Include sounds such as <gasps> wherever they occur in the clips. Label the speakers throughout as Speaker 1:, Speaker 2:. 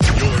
Speaker 1: You're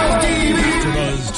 Speaker 1: AfterBuzz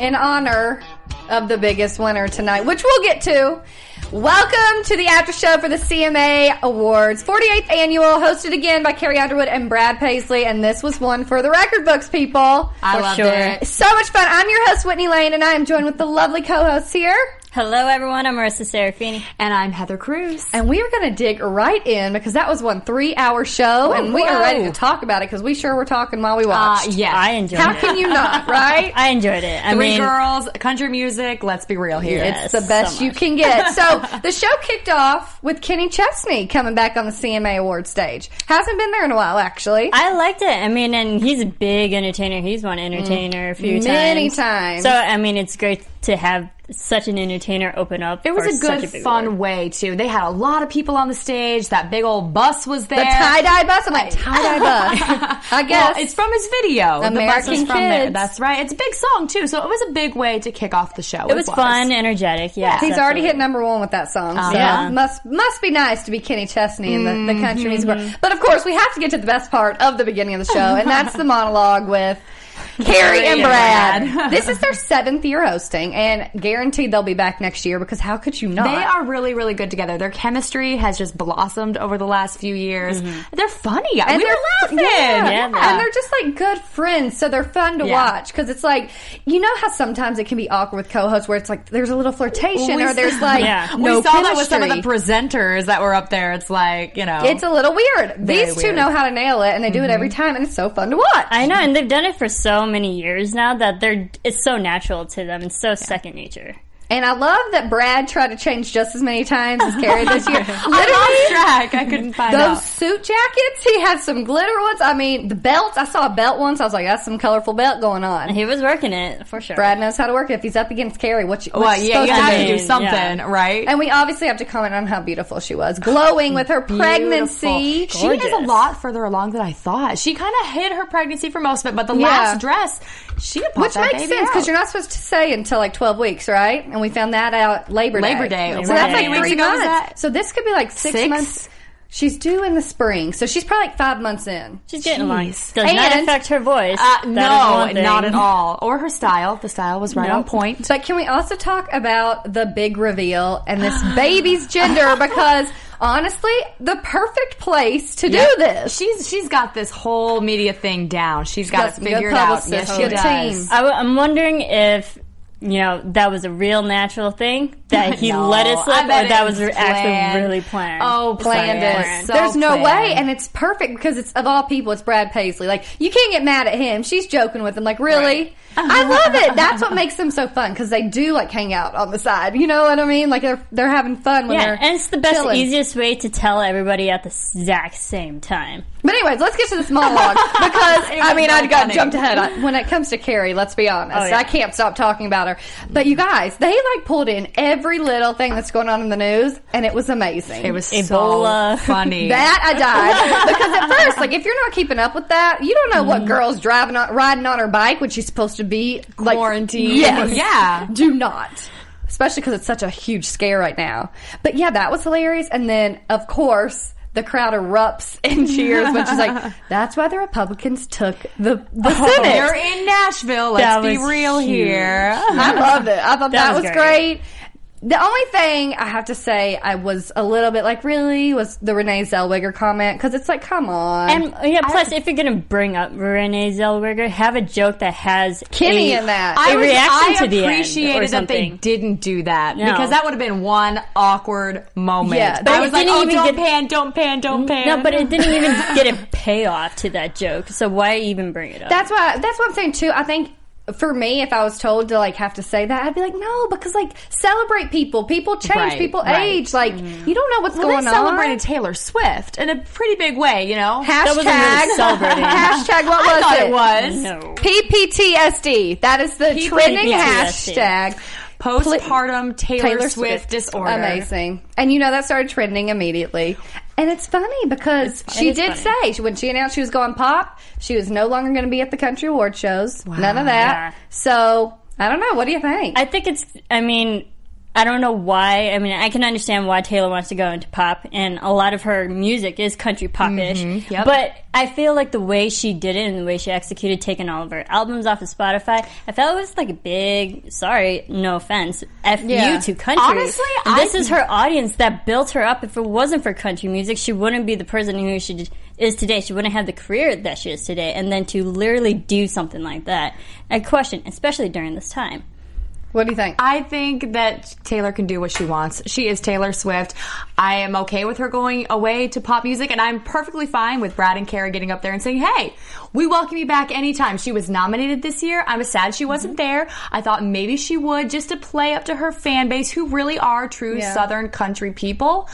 Speaker 2: In honor of the biggest winner tonight, which we'll get to. Welcome to the after show for the CMA Awards, 48th annual, hosted again by Carrie Underwood and Brad Paisley, and this was one for the record books, people.
Speaker 3: I loved
Speaker 4: sure.
Speaker 3: it.
Speaker 2: so much fun. I'm your host, Whitney Lane, and I am joined with the lovely co-hosts here.
Speaker 3: Hello, everyone. I'm Marissa Serafini.
Speaker 4: And I'm Heather Cruz.
Speaker 2: And we are going to dig right in because that was one three-hour show, and we are ready to
Speaker 4: whoa.
Speaker 2: talk about it because we sure were talking while we
Speaker 4: Uh,
Speaker 2: watched.
Speaker 4: yes.
Speaker 3: I enjoyed
Speaker 2: How
Speaker 3: it.
Speaker 2: can you
Speaker 3: <laughs>
Speaker 2: not, right?
Speaker 3: I enjoyed it. I
Speaker 4: Three
Speaker 3: mean,
Speaker 4: girls, country music. Let's be real here.
Speaker 3: Yes.
Speaker 2: It's the best
Speaker 3: so
Speaker 2: you
Speaker 3: much.
Speaker 2: can
Speaker 3: <laughs>
Speaker 2: get. So the show kicked off with Kenny Chesney coming back on the CMA Awards stage. Hasn't been there in a while, actually.
Speaker 3: I liked it. I mean, and he's a big entertainer. He's won entertainer a few times.
Speaker 2: Many times.
Speaker 3: So, I mean, it's great to have such an entertainer open up.
Speaker 4: It was
Speaker 3: for
Speaker 4: a
Speaker 3: such
Speaker 4: good,
Speaker 3: big
Speaker 4: fun
Speaker 3: award.
Speaker 4: way too. They had a lot of people on the stage. That big old bus was there.
Speaker 2: the tie dye bus. I'm like tie dye
Speaker 4: <laughs>
Speaker 2: bus. I guess. Um,
Speaker 4: Well, it's from his video. the bus
Speaker 2: American
Speaker 4: was from there.
Speaker 2: Kids.
Speaker 4: That's right. It's a big song too, so it was a big way to kick off the show.
Speaker 3: It was fun, energetic. Yeah.
Speaker 2: He's already hit number one with that song.
Speaker 4: Ah.
Speaker 2: so
Speaker 3: yeah.
Speaker 2: must must be nice to be Kenny Chesney in the,
Speaker 4: Mm-hmm.
Speaker 2: the country music world. But of course, we have to get to the best part of the beginning of the show, and that's
Speaker 4: <laughs>
Speaker 2: the monologue with Carrie and
Speaker 4: and
Speaker 2: Brad.
Speaker 4: <laughs> Brad.
Speaker 2: this is their seventh year hosting, and guaranteed they'll be back next year because how could you not?
Speaker 4: They are really, really good together. Their chemistry has just blossomed over the last few years. Mm-hmm. They're funny.
Speaker 2: and
Speaker 4: we
Speaker 2: they're
Speaker 4: were laughing.
Speaker 2: Yeah,
Speaker 3: Yeah,
Speaker 2: and they're just like good friends, so they're fun to
Speaker 4: Yeah.
Speaker 2: watch because it's like you know how sometimes it can be awkward with co-hosts where it's like there's a little flirtation
Speaker 4: We
Speaker 2: or there's
Speaker 4: saw- <laughs>
Speaker 2: like
Speaker 3: Yeah.
Speaker 2: no
Speaker 4: we saw that with some of the
Speaker 2: chemistry.
Speaker 4: presenters that were up there. It's like you know,
Speaker 2: It's a little weird. These two
Speaker 4: Oh. weird. Mm-hmm.
Speaker 2: know how to nail it, and they do it every time, and it's so fun to watch.
Speaker 3: I know, and they've done it for so many years now that they're it's so natural to them. It's so second nature.
Speaker 2: and I love that Brad tried to change just as many times as Carrie this
Speaker 4: <laughs>
Speaker 2: year.
Speaker 4: I
Speaker 2: Literally.
Speaker 4: lost track. I couldn't find
Speaker 2: Those
Speaker 4: out.
Speaker 2: suit jackets, he had some glitter ones. I mean, the belts. I saw a belt once. I was like, "That's some colorful belt going on."
Speaker 3: He was working it for sure.
Speaker 2: Brad knows how to work it. If he's up against Carrie, what you, what
Speaker 4: Well,
Speaker 2: you
Speaker 4: yeah, you
Speaker 2: supposed
Speaker 4: have
Speaker 2: to
Speaker 4: to
Speaker 2: do?
Speaker 4: do something,
Speaker 3: Yeah.
Speaker 4: right?
Speaker 2: And we obviously have to comment on how beautiful she was, glowing with her pregnancy.
Speaker 4: She is a
Speaker 3: Gorgeous.
Speaker 4: lot further along than I thought. She kind of hid her pregnancy for most of it, but the
Speaker 2: Yeah.
Speaker 4: last dress, she had popped
Speaker 2: Which
Speaker 4: that
Speaker 2: makes
Speaker 4: baby
Speaker 2: sense because
Speaker 4: out.
Speaker 2: you're not supposed to say until like 12 weeks, right? And we found that out Labor Day.
Speaker 4: Labor Day.
Speaker 2: So that's
Speaker 3: Right.
Speaker 2: like
Speaker 4: Weeks
Speaker 2: three
Speaker 4: ago, was
Speaker 2: months.
Speaker 4: that?
Speaker 2: So this could be like six,
Speaker 4: Six?
Speaker 2: months. She's due in the spring, so she's probably like five months in.
Speaker 3: She's getting along. Does not
Speaker 2: And-
Speaker 3: affect her <laughs> voice.
Speaker 4: Uh,
Speaker 3: That is one
Speaker 4: no,
Speaker 3: thing.
Speaker 4: not at all. Or her style. The style was right on
Speaker 3: Nope.
Speaker 4: point.
Speaker 2: But can we also talk about the big reveal and
Speaker 4: <sighs>
Speaker 2: this baby's gender? Because honestly, the perfect place to
Speaker 4: Yep.
Speaker 2: do this.
Speaker 4: She's she's got this whole media thing down. She's got,
Speaker 2: got some
Speaker 4: it
Speaker 2: good
Speaker 4: figured out.
Speaker 2: publicists,
Speaker 4: Yes, she
Speaker 2: good
Speaker 4: does.
Speaker 2: team.
Speaker 3: I w- I'm wondering if you know that was a real natural thing that
Speaker 4: <laughs>
Speaker 3: he
Speaker 4: No,
Speaker 3: let it slip,
Speaker 4: I
Speaker 3: or
Speaker 4: bet
Speaker 3: that
Speaker 4: it
Speaker 3: was
Speaker 4: was
Speaker 3: actually
Speaker 4: planned.
Speaker 3: really planned.
Speaker 4: Oh,
Speaker 3: Sorry,
Speaker 4: planned it.
Speaker 3: planned.
Speaker 4: So-
Speaker 2: There's no
Speaker 4: planned.
Speaker 2: way, and it's perfect because it's of all people, it's Brad Paisley. Like you can't get mad at him. She's joking with him. Like really, I love it. That's what makes them so fun because they do like hang out on the side. You know what I mean? Like they're they're having fun when
Speaker 3: yeah,
Speaker 2: they're
Speaker 3: and it's the best,
Speaker 2: chilling.
Speaker 3: easiest way to tell everybody at the exact same time.
Speaker 2: But anyways, let's get to this monologue
Speaker 3: <laughs>
Speaker 2: because
Speaker 4: It
Speaker 2: I
Speaker 4: was
Speaker 2: mean
Speaker 4: so
Speaker 2: I got
Speaker 4: funny.
Speaker 2: jumped ahead I- when it comes to Carrie. Let's be honest,
Speaker 3: Oh, yeah.
Speaker 2: I can't stop talking about her. But you guys, they like pulled in every little thing that's going on in the news, and it was amazing.
Speaker 4: It was
Speaker 3: Ebola.
Speaker 4: so
Speaker 3: <laughs>
Speaker 4: funny.
Speaker 2: That I died because at first, like, if you're not keeping up with that, you don't know what girl's driving on, riding on her bike when she's supposed to be like,
Speaker 4: Quarantine.
Speaker 2: Yes,
Speaker 4: Yeah.
Speaker 2: Do not, especially because it's such a huge scare right now. But yeah, that was hilarious. And then, of course. the crowd erupts <laughs> and cheers when she's like, "That's why the Republicans took the the Senate."
Speaker 4: You're in Nashville.
Speaker 3: That
Speaker 4: Let's be
Speaker 3: was
Speaker 4: real
Speaker 3: huge.
Speaker 4: here.
Speaker 2: I loved it. I thought that, was,
Speaker 3: was
Speaker 2: great.
Speaker 3: great.
Speaker 2: The only thing I have to say I was a little bit like, really, was the Renee Zellweger comment because it's like, come on,
Speaker 3: And uh, yeah, plus if you're gonna bring up Renee Zellweger, have a joke that has
Speaker 2: Kenny
Speaker 3: a-
Speaker 2: in that.
Speaker 3: a
Speaker 2: I
Speaker 4: was-
Speaker 3: reaction to the end
Speaker 4: appreciated
Speaker 3: or
Speaker 4: that they
Speaker 3: something.
Speaker 4: didn't do that
Speaker 3: No.
Speaker 4: because that would have been one awkward moment.
Speaker 2: Yeah, but
Speaker 4: I
Speaker 2: it
Speaker 4: was like,
Speaker 3: didn't
Speaker 4: oh,
Speaker 3: even
Speaker 4: don't
Speaker 3: get-
Speaker 4: pan, don't pan, don't pan.
Speaker 3: No, but it didn't even get a payoff to that joke. So why even bring it up?
Speaker 2: that's why that's what I'm saying too. I think for me, if I was told to like have to say that, I'd be like, no, because like celebrate people, people change,
Speaker 4: Right,
Speaker 2: people
Speaker 4: right. Mm-hmm.
Speaker 2: age, like you don't know what's
Speaker 4: well,
Speaker 2: going
Speaker 4: they celebrated
Speaker 2: on.
Speaker 4: Taylor Swift in a pretty big way, you know.
Speaker 2: Hashtag, <laughs>
Speaker 3: wasn't really celebrating.
Speaker 2: hashtag, what was
Speaker 4: I thought
Speaker 2: it?
Speaker 4: it was
Speaker 3: no.
Speaker 2: PPTSD. That is the trending
Speaker 3: PPTSD.
Speaker 2: hashtag.
Speaker 4: postpartum Taylor,
Speaker 2: Taylor
Speaker 4: Swift,
Speaker 2: Swift.
Speaker 4: disorder.
Speaker 2: Amazing. And you know, that started trending immediately. And it's funny because she
Speaker 3: It
Speaker 2: did
Speaker 3: is
Speaker 2: say she- when she announced she was going pop, she was no longer going to be at the country award shows. None of that.
Speaker 3: Yeah.
Speaker 2: So I don't know. What do you think?
Speaker 3: I think it's. I mean, I don't know why. I mean, I can understand why Taylor wants to go into pop, and a lot of her music is country popish.
Speaker 4: yep.
Speaker 3: But I feel like the way she did it and the way she executed taking all of her albums off of Spotify, I felt it was like a big. Sorry, no offense, f
Speaker 2: Yeah.
Speaker 3: you to country.
Speaker 4: Honestly,
Speaker 3: And this
Speaker 4: I-
Speaker 3: is her audience that built her up. If it wasn't for country music, she wouldn't be the person who she did- is today. She wouldn't have the career that she is today. And then to literally do something like that, I question, especially during this time.
Speaker 2: what do you think?
Speaker 4: I think that Taylor can do what she wants. She is Taylor Swift. I am okay with her going away to pop music, and I'm perfectly fine with Brad and Kara getting up there and saying, "Hey, we welcome you back anytime." She was nominated this year. I was sad she wasn't
Speaker 2: Mm-hmm.
Speaker 4: there. I thought maybe she would just to play up to her fan base, who really are true
Speaker 2: Yeah.
Speaker 4: Southern country people.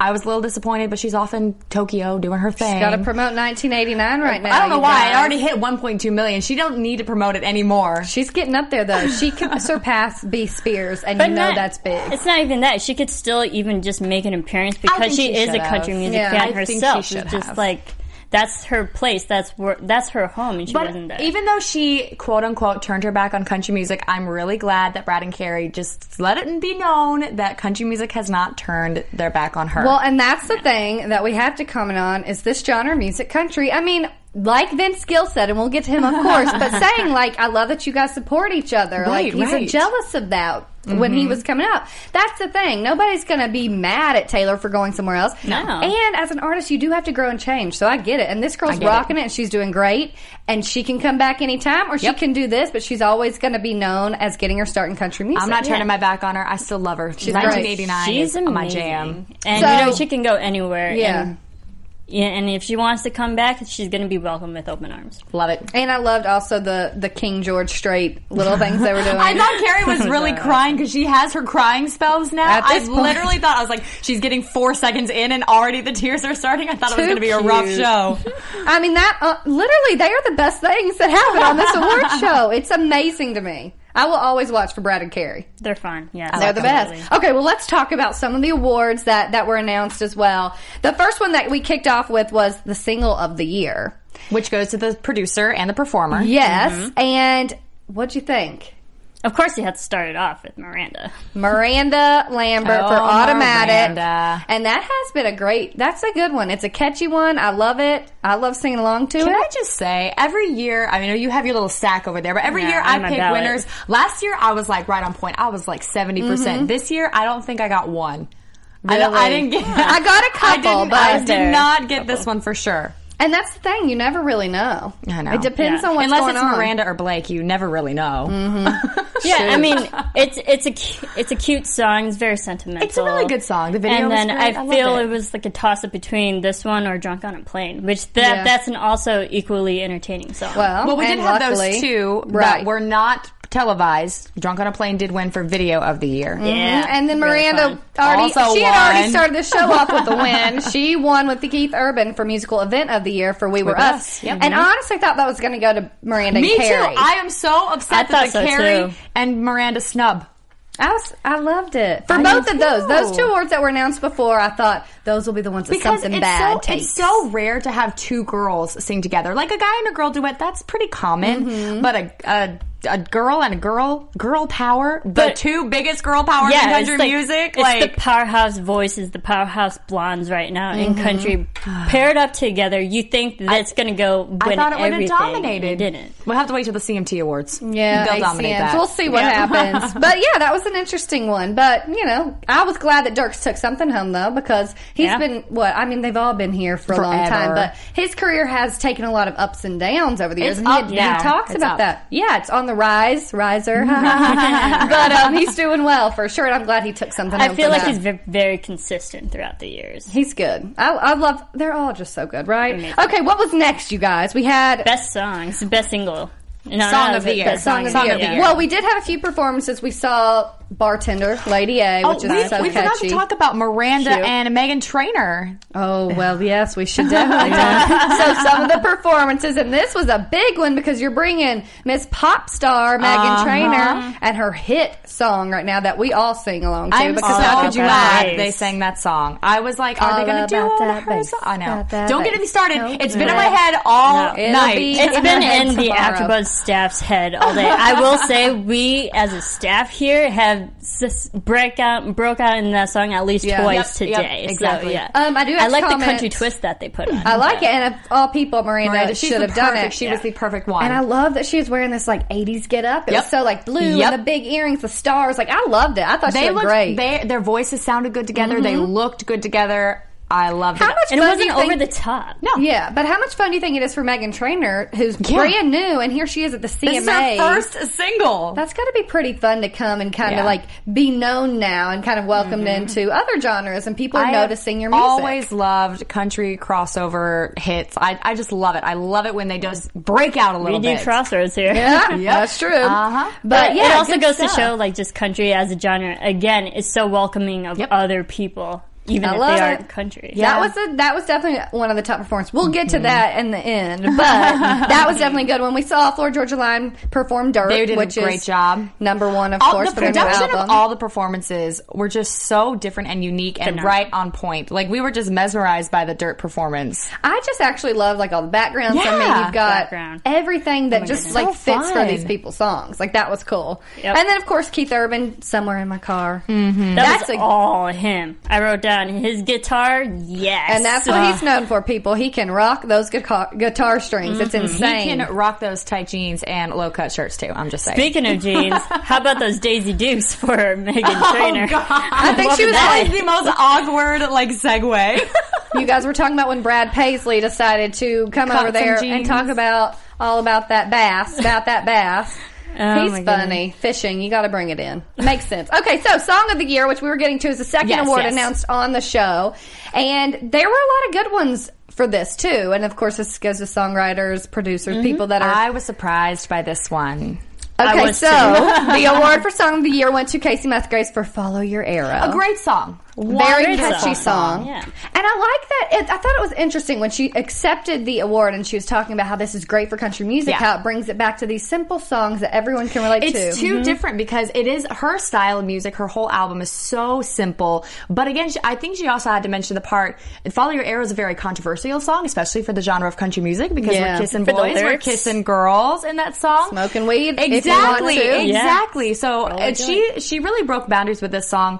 Speaker 4: I was a little disappointed, but she's off in Tokyo doing her thing.
Speaker 2: Got to promote 1989 right now.
Speaker 4: I don't know
Speaker 2: you
Speaker 4: why. It
Speaker 2: guys.
Speaker 4: already hit 1.2 million. She don't need to promote it anymore.
Speaker 2: She's getting up there though. She
Speaker 4: <laughs>
Speaker 2: can surpass B. Spears, and you know
Speaker 3: not-
Speaker 2: that's big.
Speaker 3: It's not even that. She could still even just make an appearance
Speaker 4: think
Speaker 3: because she,
Speaker 4: she
Speaker 3: is a
Speaker 4: should
Speaker 3: country
Speaker 4: have.
Speaker 3: music
Speaker 2: Yeah.
Speaker 3: fan
Speaker 4: I think she
Speaker 3: herself. It's
Speaker 4: should
Speaker 3: just
Speaker 4: have.
Speaker 3: like that's her place. That's where that's her home, and she wasn't there.
Speaker 4: But even though she quote unquote turned her back on country music, I'm really glad that Brad and Carrie just let it be known that country music has not turned their back on her.
Speaker 2: Well, and that's the thing that we have to comment on is this genre, music, country. I mean, like Vince Gill said, and we'll get to him, of course,
Speaker 4: <laughs>
Speaker 2: but saying like, "I love that you guys support each other," like he's
Speaker 4: Right, right. Mm-hmm.
Speaker 2: jealous of that when he was coming up. That's the thing. Nobody's going to be mad at Taylor for going somewhere else.
Speaker 3: No.
Speaker 2: And as an artist, you do have to grow and change. So I get it. And this girl's
Speaker 4: get it.
Speaker 2: rocking it. and she's doing great, and she can come back anytime, or she
Speaker 4: Yep.
Speaker 2: can do this, but she's always going to be known as getting her start in country music.
Speaker 4: I'm not
Speaker 3: Yeah.
Speaker 4: turning my back on her. I still love her. She's
Speaker 2: great.
Speaker 4: 1989
Speaker 3: she's
Speaker 4: is
Speaker 3: amazing,
Speaker 4: my jam.
Speaker 3: and
Speaker 2: So-
Speaker 3: you know she can go anywhere.
Speaker 2: Yeah.
Speaker 3: And, yeah, and if she wants to come back, she's going to be welcomed with open arms.
Speaker 4: Love it.
Speaker 2: And I loved also the the King George Strait little things they were doing.
Speaker 4: <laughs> I thought Carrie
Speaker 2: <laughs>
Speaker 4: was really crying because she has her crying spells now.
Speaker 2: At
Speaker 4: I
Speaker 2: this point-
Speaker 4: literally thought I was like, she's getting four seconds in and already the tears are starting. I thought it was
Speaker 2: Too
Speaker 4: going to be a rough
Speaker 2: cute. <laughs>
Speaker 4: show.
Speaker 2: I mean that uh, literally they are the best things that happen on this
Speaker 4: <laughs>
Speaker 2: award show. It's amazing to me. I will always watch for Brad and Carrie.
Speaker 3: They're fun. Yeah,
Speaker 4: Oh,
Speaker 2: They're the
Speaker 3: absolutely.
Speaker 2: best. Okay, well let's talk about some of the awards that that were announced as well. The first one that we kicked off with was the single of the year.
Speaker 4: Which goes to the producer and the performer.
Speaker 2: Yes,
Speaker 4: Mm-hmm.
Speaker 2: and what'd you think?
Speaker 3: Of course, you had to start it off with
Speaker 4: <laughs>
Speaker 3: Miranda.
Speaker 2: Miranda Lambert for
Speaker 4: Oh,
Speaker 2: Automatic.
Speaker 4: Miranda.
Speaker 2: And that has been a great, that's a good one. It's a catchy one. I love it. I love singing along to it.
Speaker 4: Can I just say, every year, I mean, you have your little stack over there, but every
Speaker 3: Yeah,
Speaker 4: year
Speaker 3: I'm
Speaker 4: I
Speaker 3: a
Speaker 4: pick
Speaker 3: ballot.
Speaker 4: winners. Last year, I was like right on point. I was like 70%.
Speaker 3: Mm-hmm.
Speaker 4: percent This year, I don't think I got one. I, don't- I
Speaker 2: Really?
Speaker 4: didn't get <laughs>
Speaker 2: <laughs> I got a
Speaker 4: I
Speaker 2: couple,
Speaker 4: didn't,
Speaker 2: but-
Speaker 4: I did
Speaker 3: There.
Speaker 4: not get this one for sure.
Speaker 2: And that's the thing, you never really know.
Speaker 4: I know.
Speaker 2: It depends
Speaker 3: Yeah.
Speaker 2: on what's
Speaker 4: Unless
Speaker 2: going
Speaker 4: it's
Speaker 2: on.
Speaker 4: Miranda or Blake, you never really know.
Speaker 3: Mm-hmm. Yeah, I mean, it's it's a cu- it's a cute song. It's very sentimental.
Speaker 4: It's a really good song. The video
Speaker 3: And
Speaker 4: was
Speaker 3: then
Speaker 4: great. I
Speaker 3: I
Speaker 4: loved
Speaker 3: feel
Speaker 4: it.
Speaker 3: it. was like a toss up between this one or "Drunk on a Plane," which that
Speaker 2: Yeah.
Speaker 3: that's an also equally entertaining song.
Speaker 2: Well,
Speaker 4: Well, we
Speaker 2: and
Speaker 4: did have
Speaker 2: luckily-
Speaker 4: those two
Speaker 2: Right.
Speaker 4: that were not televised. Drunk on a Plane did win for video of the year.
Speaker 3: yeah,
Speaker 2: Mm-hmm.
Speaker 4: mm-hmm.
Speaker 2: and then
Speaker 3: really
Speaker 2: Miranda
Speaker 3: fun.
Speaker 2: already
Speaker 4: Also
Speaker 2: she had already
Speaker 4: won.
Speaker 2: started the show off <laughs> with the win. She won with the Keith Urban for musical event of the year for We Were
Speaker 4: Us.
Speaker 2: Us. Mm-hmm.
Speaker 4: Yep.
Speaker 2: And I honestly thought that was going to go to Miranda
Speaker 4: Me
Speaker 2: and Carrie.
Speaker 4: too. I am so upset
Speaker 3: I
Speaker 4: that the
Speaker 3: thought so,
Speaker 4: Carrie
Speaker 3: too.
Speaker 4: and Miranda snub.
Speaker 2: I was I loved it for
Speaker 4: I
Speaker 2: both
Speaker 4: did
Speaker 2: of those.
Speaker 4: too.
Speaker 2: Those two awards that were announced before, I thought those will be the ones that something
Speaker 4: it's
Speaker 2: bad
Speaker 4: so,
Speaker 2: takes.
Speaker 4: It's so rare
Speaker 2: Mm-hmm.
Speaker 4: to have two girls sing together. Like a guy and a girl duet, that's pretty common. But a, a a girl and a girl, girl power, the
Speaker 3: But-
Speaker 4: two biggest girl powers in
Speaker 3: yeah, it's
Speaker 4: country
Speaker 3: like-
Speaker 4: music.
Speaker 3: It's the powerhouse voices, the powerhouse blondes right now
Speaker 4: Mm-hmm.
Speaker 3: in
Speaker 4: <sighs>
Speaker 3: country paired up together. You think that's going to go? Win
Speaker 4: I thought it would have
Speaker 3: everything, and
Speaker 4: dominated.
Speaker 3: It didn't.
Speaker 4: We'll have to wait till the CMT awards.
Speaker 2: Yeah,
Speaker 4: they'll
Speaker 2: ACMs.
Speaker 4: dominate that.
Speaker 2: We'll see what
Speaker 4: Yeah. <laughs>
Speaker 2: happens. But yeah, that was an interesting one. But you know, I was glad that Dirks took something home though because he's
Speaker 3: Yeah.
Speaker 2: been what I mean they've all been here for a long time,
Speaker 4: Forever.
Speaker 2: but his career has taken a lot of ups and downs over the years.
Speaker 4: It's
Speaker 2: and he-
Speaker 4: up
Speaker 2: he,
Speaker 4: now.
Speaker 2: talks
Speaker 4: It's
Speaker 2: about
Speaker 4: up.
Speaker 2: that. Yeah, it's on the rise,
Speaker 4: <laughs>
Speaker 2: riser. <laughs> but um, he's doing well for sure, and I'm glad he took something.
Speaker 3: I
Speaker 2: home
Speaker 3: feel
Speaker 2: for
Speaker 3: like
Speaker 2: that.
Speaker 3: he's ve- very consistent throughout the years.
Speaker 2: He's good. I, I love. They're all just so good, right?
Speaker 3: Amazing.
Speaker 2: Okay, what was next, you guys? We had
Speaker 3: Best songs, best single, No,
Speaker 4: Song
Speaker 3: no,
Speaker 4: of the
Speaker 3: best
Speaker 4: year.
Speaker 2: Song of the year. Well, we did have a few performances. We saw Bartender, Lady A,
Speaker 4: Oh,
Speaker 2: which
Speaker 4: we,
Speaker 2: is so
Speaker 4: we forgot
Speaker 2: catchy.
Speaker 4: to talk about Miranda
Speaker 2: Cute.
Speaker 4: and Megan Trainor.
Speaker 2: oh, well, yes, we <laughs> should definitely talk. So some of the performances, and this was a big one because you're bringing Miss Pop Star Megan Trainor and her hit song right now that we all sing along to.
Speaker 4: I'm so
Speaker 2: because
Speaker 3: all
Speaker 4: glad
Speaker 3: about that
Speaker 4: they
Speaker 3: bass.
Speaker 4: sang that song. I was like, are they
Speaker 2: All
Speaker 4: going to do
Speaker 2: about
Speaker 4: all
Speaker 2: that
Speaker 4: her
Speaker 2: bass.
Speaker 4: song? I know.
Speaker 2: About that
Speaker 4: Don't get
Speaker 2: bass.
Speaker 4: me started.
Speaker 2: Nope.
Speaker 4: It's been in
Speaker 3: No.
Speaker 4: my head all
Speaker 3: No. It'll
Speaker 2: <laughs>
Speaker 4: night.
Speaker 2: be-
Speaker 3: It's
Speaker 2: in
Speaker 3: been
Speaker 2: her head
Speaker 3: in the
Speaker 2: tomorrow.
Speaker 3: AfterBuzz staff's head all day. I will say, we as a staff here have s- break out, broke out in that song at least
Speaker 2: Yeah.
Speaker 3: twice
Speaker 4: Yep, yep,
Speaker 3: today.
Speaker 4: exactly.
Speaker 3: So, yeah.
Speaker 2: Um, I do have
Speaker 3: I
Speaker 2: to
Speaker 3: like
Speaker 2: comment.
Speaker 3: the country twist that they put on.
Speaker 2: I like it, and of all people, Miranda,
Speaker 4: Miranda, she's
Speaker 2: should
Speaker 4: the
Speaker 2: have done it.
Speaker 4: perfect- she was the perfect one.
Speaker 2: And I love that she was wearing this like '80s get up. It
Speaker 4: Yep.
Speaker 2: was so like blue
Speaker 4: Yep.
Speaker 2: and the big earrings, the stars. Like I loved it. I thought she
Speaker 4: They
Speaker 2: looked,
Speaker 4: looked
Speaker 2: great.
Speaker 4: They, their voices sounded good together. They looked good together. I loved
Speaker 2: Mm-hmm. How
Speaker 4: it.
Speaker 2: much
Speaker 3: And it
Speaker 2: fun do
Speaker 3: wasn't
Speaker 2: you
Speaker 3: over
Speaker 2: think?
Speaker 3: the top.
Speaker 4: No.
Speaker 2: Yeah, but how much fun do you think it is for Megan Trainor, who's
Speaker 4: Yeah.
Speaker 2: brand new, and here she is at the CMA?
Speaker 4: This is her first single.
Speaker 2: That's got to be pretty fun to come and kind of
Speaker 4: Yeah. Mm-hmm.
Speaker 2: like be known now and kind of welcomed into other genres, and people are
Speaker 4: I have
Speaker 2: noticing your music. <laughs>
Speaker 4: Always loved country crossover hits. I, I just love it. I love it when they just break out a
Speaker 3: We
Speaker 4: little
Speaker 3: do
Speaker 4: bit.
Speaker 3: crossroads here. <laughs>
Speaker 2: Yeah, that's true.
Speaker 4: Uh-huh.
Speaker 2: But yeah,
Speaker 3: it also
Speaker 2: good
Speaker 3: goes
Speaker 2: stuff.
Speaker 3: to show, like, just country as a genre, again, is so welcoming of
Speaker 4: Yep.
Speaker 3: other people, even
Speaker 2: I
Speaker 3: if
Speaker 2: love
Speaker 3: they aren't
Speaker 2: it.
Speaker 3: country.
Speaker 2: That was a, that was definitely one of the top performances. We'll get to
Speaker 4: Mm-hmm.
Speaker 2: that in the end,
Speaker 4: <laughs>
Speaker 2: but that was definitely a good one. We saw Florida Georgia Line perform "Dirt,"
Speaker 4: They did a
Speaker 2: which
Speaker 4: great
Speaker 2: is
Speaker 4: job.
Speaker 2: number one, of
Speaker 4: all,
Speaker 2: course,
Speaker 4: the
Speaker 2: for their new
Speaker 4: production of
Speaker 2: album.
Speaker 4: all the performances were just so different and unique and
Speaker 3: Phenomenal.
Speaker 4: right on point. Like we were just mesmerized by the Dirt performance.
Speaker 2: I just actually love like all the backgrounds. I mean,
Speaker 4: Yeah.
Speaker 2: you've got
Speaker 3: Background.
Speaker 2: everything that just
Speaker 3: goodness.
Speaker 2: like
Speaker 4: So
Speaker 2: fits for
Speaker 4: fun.
Speaker 2: these people's songs. Like that was cool.
Speaker 3: Yep.
Speaker 2: And then of course Keith Urban, "Somewhere in My Car,"
Speaker 4: Mm.
Speaker 3: That
Speaker 2: That's
Speaker 3: was
Speaker 2: a-
Speaker 3: all him. I wrote down his guitar, yes.
Speaker 2: and that's what he's known for. People, he can rock those guitar guitar strings. It's
Speaker 4: He
Speaker 2: insane.
Speaker 4: can rock those tight jeans and low cut shirts too. I'm just saying.
Speaker 3: Speaking of jeans, how about those Daisy Dukes for
Speaker 4: <laughs>
Speaker 3: Megan
Speaker 4: Oh,
Speaker 3: Trainor? <laughs>
Speaker 2: I think she was
Speaker 4: that
Speaker 2: like
Speaker 4: is the most awkward like segue.
Speaker 2: you guys were talking about when Brad Paisley decided to come
Speaker 4: Cut
Speaker 2: over
Speaker 4: some
Speaker 2: there and
Speaker 4: jeans.
Speaker 2: talk about all about that bass, about that
Speaker 4: <laughs>
Speaker 2: bass.
Speaker 3: Oh,
Speaker 2: He's
Speaker 3: my
Speaker 2: funny. Fishing, you got to bring it in. Makes sense. Okay, so Song of the Year, which we were getting to, is the second
Speaker 4: Yes,
Speaker 2: award
Speaker 4: yes.
Speaker 2: announced on the show. And there were a lot of good ones for this, too. And of course, this goes to songwriters, producers, people that are.
Speaker 4: <laughs> Mm-hmm. I was surprised by this one.
Speaker 3: I
Speaker 2: okay,
Speaker 3: was
Speaker 2: so <laughs> the award for Song of the Year went to Casey Musgraves for Follow Your Arrow.
Speaker 4: A Oh. great song.
Speaker 2: very
Speaker 3: Great
Speaker 2: catchy song. And
Speaker 3: song. Yeah.
Speaker 2: I like that. It, I thought it was interesting when she accepted the award and she was talking about how this is great for country music,
Speaker 4: Yeah.
Speaker 2: how it brings it back to these simple songs that everyone can relate
Speaker 4: It's
Speaker 2: to.
Speaker 4: too different because it is her style of music. Her whole album is so simple. But again, she, I think she also had to mention the part. Follow Your Arrow is a very controversial song, especially for the genre of country music because
Speaker 2: Yeah.
Speaker 4: we're kissing
Speaker 3: For the
Speaker 4: boys, we're
Speaker 3: lyrics.
Speaker 4: kissing girls in that song.
Speaker 2: Smoking weed if you want
Speaker 4: exactly,
Speaker 2: to. Yeah.
Speaker 4: exactly. So
Speaker 3: a
Speaker 4: uh, she she really broke boundaries with this song.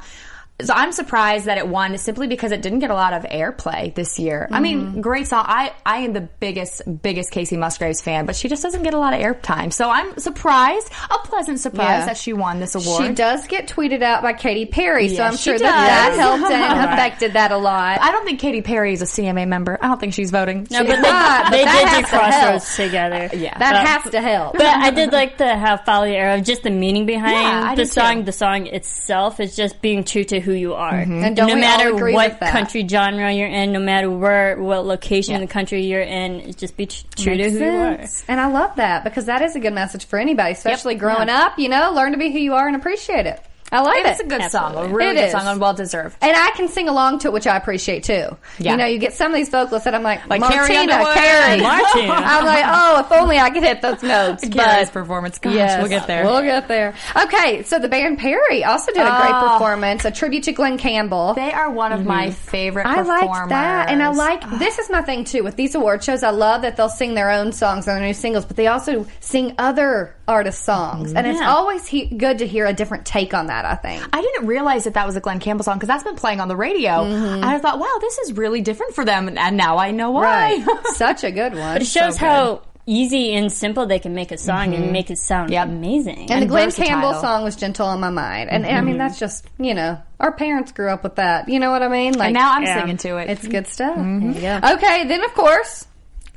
Speaker 4: So I'm surprised that it won simply because it didn't get a lot of airplay this year. I
Speaker 2: Mm-hmm.
Speaker 4: mean, great song. I, I am the biggest, biggest Casey Musgraves fan, but she just doesn't get a lot of airtime. So I'm surprised, a pleasant surprise
Speaker 2: Yeah.
Speaker 4: that she won this award.
Speaker 2: She does get tweeted out by Katy Perry, so
Speaker 4: Yes,
Speaker 2: I'm
Speaker 4: she
Speaker 2: sure that that
Speaker 4: does.
Speaker 2: helped
Speaker 4: <laughs>
Speaker 2: and
Speaker 3: Right.
Speaker 2: affected that a lot.
Speaker 4: I don't think Katy Perry is a CMA member. I don't think she's voting.
Speaker 3: No, but they,
Speaker 2: Ah, but
Speaker 3: they
Speaker 2: that
Speaker 3: did
Speaker 2: has
Speaker 3: do
Speaker 2: to help.
Speaker 3: crossroads together.
Speaker 4: Uh, yeah.
Speaker 2: that
Speaker 3: But-
Speaker 2: has to help.
Speaker 3: But I did like the how follow your arrow, just the meaning behind
Speaker 4: Yeah, I
Speaker 3: the
Speaker 4: did
Speaker 3: song.
Speaker 4: too. Mm-hmm.
Speaker 3: The song itself is just being true to who you are,
Speaker 2: And don't
Speaker 3: no
Speaker 2: we
Speaker 3: matter
Speaker 2: all agree
Speaker 3: what
Speaker 2: with that?
Speaker 3: country genre you're in, no matter where, what location in
Speaker 4: Yeah.
Speaker 3: the country you're in, just be tr- true
Speaker 2: Makes
Speaker 3: to who
Speaker 2: sense. And I love that because that is a good message for anybody, especially growing up, you know, learn to be who you are and appreciate it. I love it.
Speaker 4: <laughs> It's a good song, a
Speaker 3: Absolutely.
Speaker 4: really
Speaker 2: It
Speaker 4: good
Speaker 2: is.
Speaker 4: song, and well deserved.
Speaker 2: And I can sing along to it, which I appreciate too.
Speaker 4: Yeah.
Speaker 2: You know, you get some of these vocalists that I'm like,
Speaker 4: Like
Speaker 2: Martina,
Speaker 4: Carrie Underwood.
Speaker 2: Carrie. <laughs>
Speaker 3: Martina.
Speaker 2: I'm like, oh, if only I could hit those notes.
Speaker 4: Carrie's
Speaker 2: but
Speaker 4: performance. <laughs> Gosh,
Speaker 2: yes,
Speaker 4: we'll get there.
Speaker 2: We'll get there. Okay, so the band Perry also did a great
Speaker 4: Oh.
Speaker 2: performance, a tribute to Glenn Campbell.
Speaker 4: They are one of my favorite
Speaker 2: Mm-hmm. I
Speaker 4: performers.
Speaker 2: like that, and I like this is my thing too with these award shows. I love that they'll sing their own songs and their new singles, but they also sing other artists' songs, and it's
Speaker 3: Yeah.
Speaker 2: always he- good to hear a different take on that. I think.
Speaker 4: I didn't realize that that was a Glenn Campbell song because that's been playing on the radio.
Speaker 2: Mm-hmm.
Speaker 4: And I thought, wow, this is really different for them, and- and now I know why. <laughs> Oh
Speaker 2: Right, such a good one.
Speaker 3: But it shows how easy and simple they can make a song and make it sound
Speaker 4: Mm-hmm. Yep.
Speaker 3: amazing.
Speaker 2: And,
Speaker 4: and
Speaker 2: the Glenn
Speaker 4: versatile. Mm-hmm.
Speaker 2: Campbell song was "Gentle on My Mind," and, and I mean that's just you know our parents grew up with that. You know what I mean? Like
Speaker 4: and now I'm
Speaker 3: Yeah.
Speaker 4: singing to it. Mm-hmm.
Speaker 2: it's good stuff. Okay, then of course,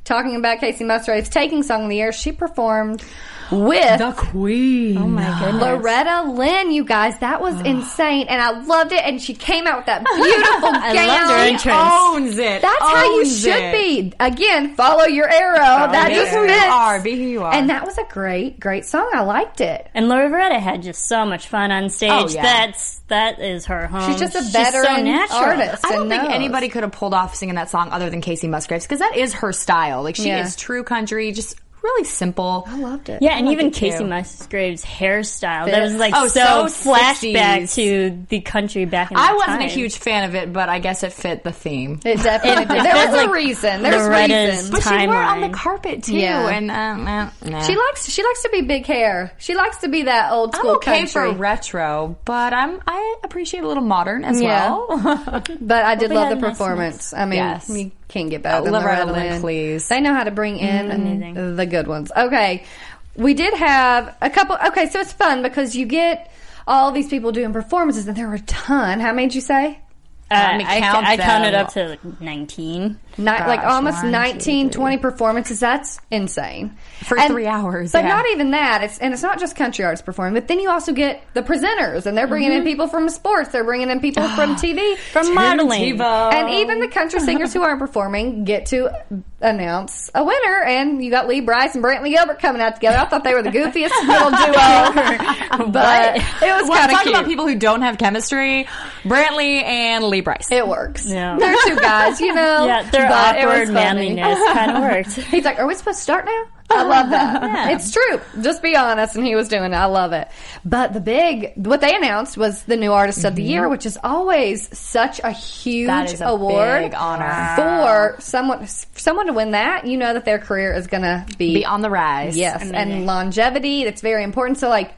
Speaker 2: talking about Casey Musgrave's taking song of the year, she performed with
Speaker 4: Queen.
Speaker 3: oh my goodness.
Speaker 2: Loretta Lynn, you guys, that was insane, and I loved it. And she came out with
Speaker 4: <laughs>
Speaker 2: that beautiful
Speaker 3: I
Speaker 2: gown.
Speaker 3: loved her
Speaker 4: She
Speaker 3: entrance.
Speaker 4: owns it.
Speaker 2: That's how you
Speaker 4: Owns
Speaker 2: should
Speaker 4: it.
Speaker 2: be. Again, follow your arrow. that
Speaker 4: be
Speaker 2: just
Speaker 4: who you
Speaker 2: fits.
Speaker 4: are. Be who you are.
Speaker 2: And that was a great, great song. I liked it.
Speaker 3: And Loretta had just so much fun on stage.
Speaker 4: Oh, yeah.
Speaker 3: That's that is her home.
Speaker 2: She's just a
Speaker 3: so
Speaker 2: veteran
Speaker 3: natural.
Speaker 2: artist.
Speaker 4: I don't
Speaker 2: and
Speaker 4: think
Speaker 2: knows.
Speaker 4: anybody could have pulled off singing that song other than Casey Musgraves because that is her style. Like she
Speaker 2: Yeah.
Speaker 4: is true country, just really simple.
Speaker 2: I loved it.
Speaker 3: Yeah, and
Speaker 4: like
Speaker 3: even
Speaker 4: it too.
Speaker 3: Casey Musgraves' hairstyle that was like
Speaker 4: Oh,
Speaker 3: so,
Speaker 4: so
Speaker 3: flashback
Speaker 4: 60s.
Speaker 3: to the country back in
Speaker 4: I
Speaker 3: that
Speaker 4: wasn't a
Speaker 3: time.
Speaker 4: huge fan of it, but I guess it fit the theme.
Speaker 2: It definitely
Speaker 3: It-
Speaker 2: did.
Speaker 3: it
Speaker 2: There
Speaker 3: felt
Speaker 2: was
Speaker 3: like
Speaker 2: a reason. There's
Speaker 3: Loretta's
Speaker 2: reason.
Speaker 3: But
Speaker 4: She wore it on the
Speaker 3: Timeline.
Speaker 4: carpet too,
Speaker 2: Yeah.
Speaker 4: and um, uh, nah.
Speaker 2: She likes she likes to be big hair. She likes to be that old
Speaker 4: I'm
Speaker 2: school
Speaker 4: okay
Speaker 2: country.
Speaker 4: for retro, but I'm I appreciate a little modern as
Speaker 2: Yeah. <laughs> Uh,
Speaker 4: well.
Speaker 2: but I did
Speaker 3: they
Speaker 2: love
Speaker 3: had
Speaker 2: the
Speaker 3: nice
Speaker 2: performance. I mean,
Speaker 4: Yes.
Speaker 2: you can't get better
Speaker 4: Oh,
Speaker 2: than
Speaker 4: Loretta
Speaker 2: Loretta
Speaker 4: Lynn,
Speaker 2: Lynn.
Speaker 4: please. Mm,
Speaker 2: They know how to bring in the good ones. Okay, we did have a couple. Okay, so it's fun because you get all these people doing performances, and there were a ton. How many did you say?
Speaker 3: Uh,
Speaker 4: Let me
Speaker 3: I,
Speaker 4: count
Speaker 3: I counted
Speaker 4: them.
Speaker 3: up to like, nineteen.
Speaker 2: Ni- like
Speaker 4: Gosh,
Speaker 2: almost
Speaker 4: one, two,
Speaker 2: nineteen, twenty 19, 20
Speaker 4: three.
Speaker 2: performances. That's insane.
Speaker 4: For three hours,
Speaker 2: But
Speaker 4: yeah.
Speaker 2: not even that. It's And it's not just country artists performing, but then you also get the presenters, and they're bringing
Speaker 4: Mm-hmm.
Speaker 2: in people from sports, they're bringing in people
Speaker 4: <sighs>
Speaker 2: from TV,
Speaker 3: From modeling.
Speaker 2: And even the country singers who aren't performing get to announce a winner. And you got Lee Bryce and Brantley Gilbert coming out together. I thought they were the goofiest
Speaker 4: <laughs>
Speaker 2: little duo, <laughs> but it was
Speaker 4: Um, well,
Speaker 2: kind of
Speaker 4: talk
Speaker 2: cute.
Speaker 4: about people who don't have chemistry. Brantley and Lee Bryce.
Speaker 2: it works.
Speaker 3: Yeah.
Speaker 2: They're two guys, you know.
Speaker 3: Yeah, their
Speaker 2: but it was
Speaker 3: awkward
Speaker 2: funny.
Speaker 3: manliness
Speaker 4: <laughs>
Speaker 3: kind of worked.
Speaker 2: He's like, "Are we supposed to start now?" I
Speaker 4: Uh-huh.
Speaker 2: love that.
Speaker 3: Yeah.
Speaker 2: It's true. Just be honest. And he was doing it. I love it. But the big, what they announced was the new artist of the year, which is always such a huge
Speaker 4: Mm-hmm. That is a
Speaker 2: award,
Speaker 4: big honor.
Speaker 2: for someone. For someone to win that, you know that their career is going to be,
Speaker 4: Be on the rise.
Speaker 2: Yes, and longevity. That's very important. So like.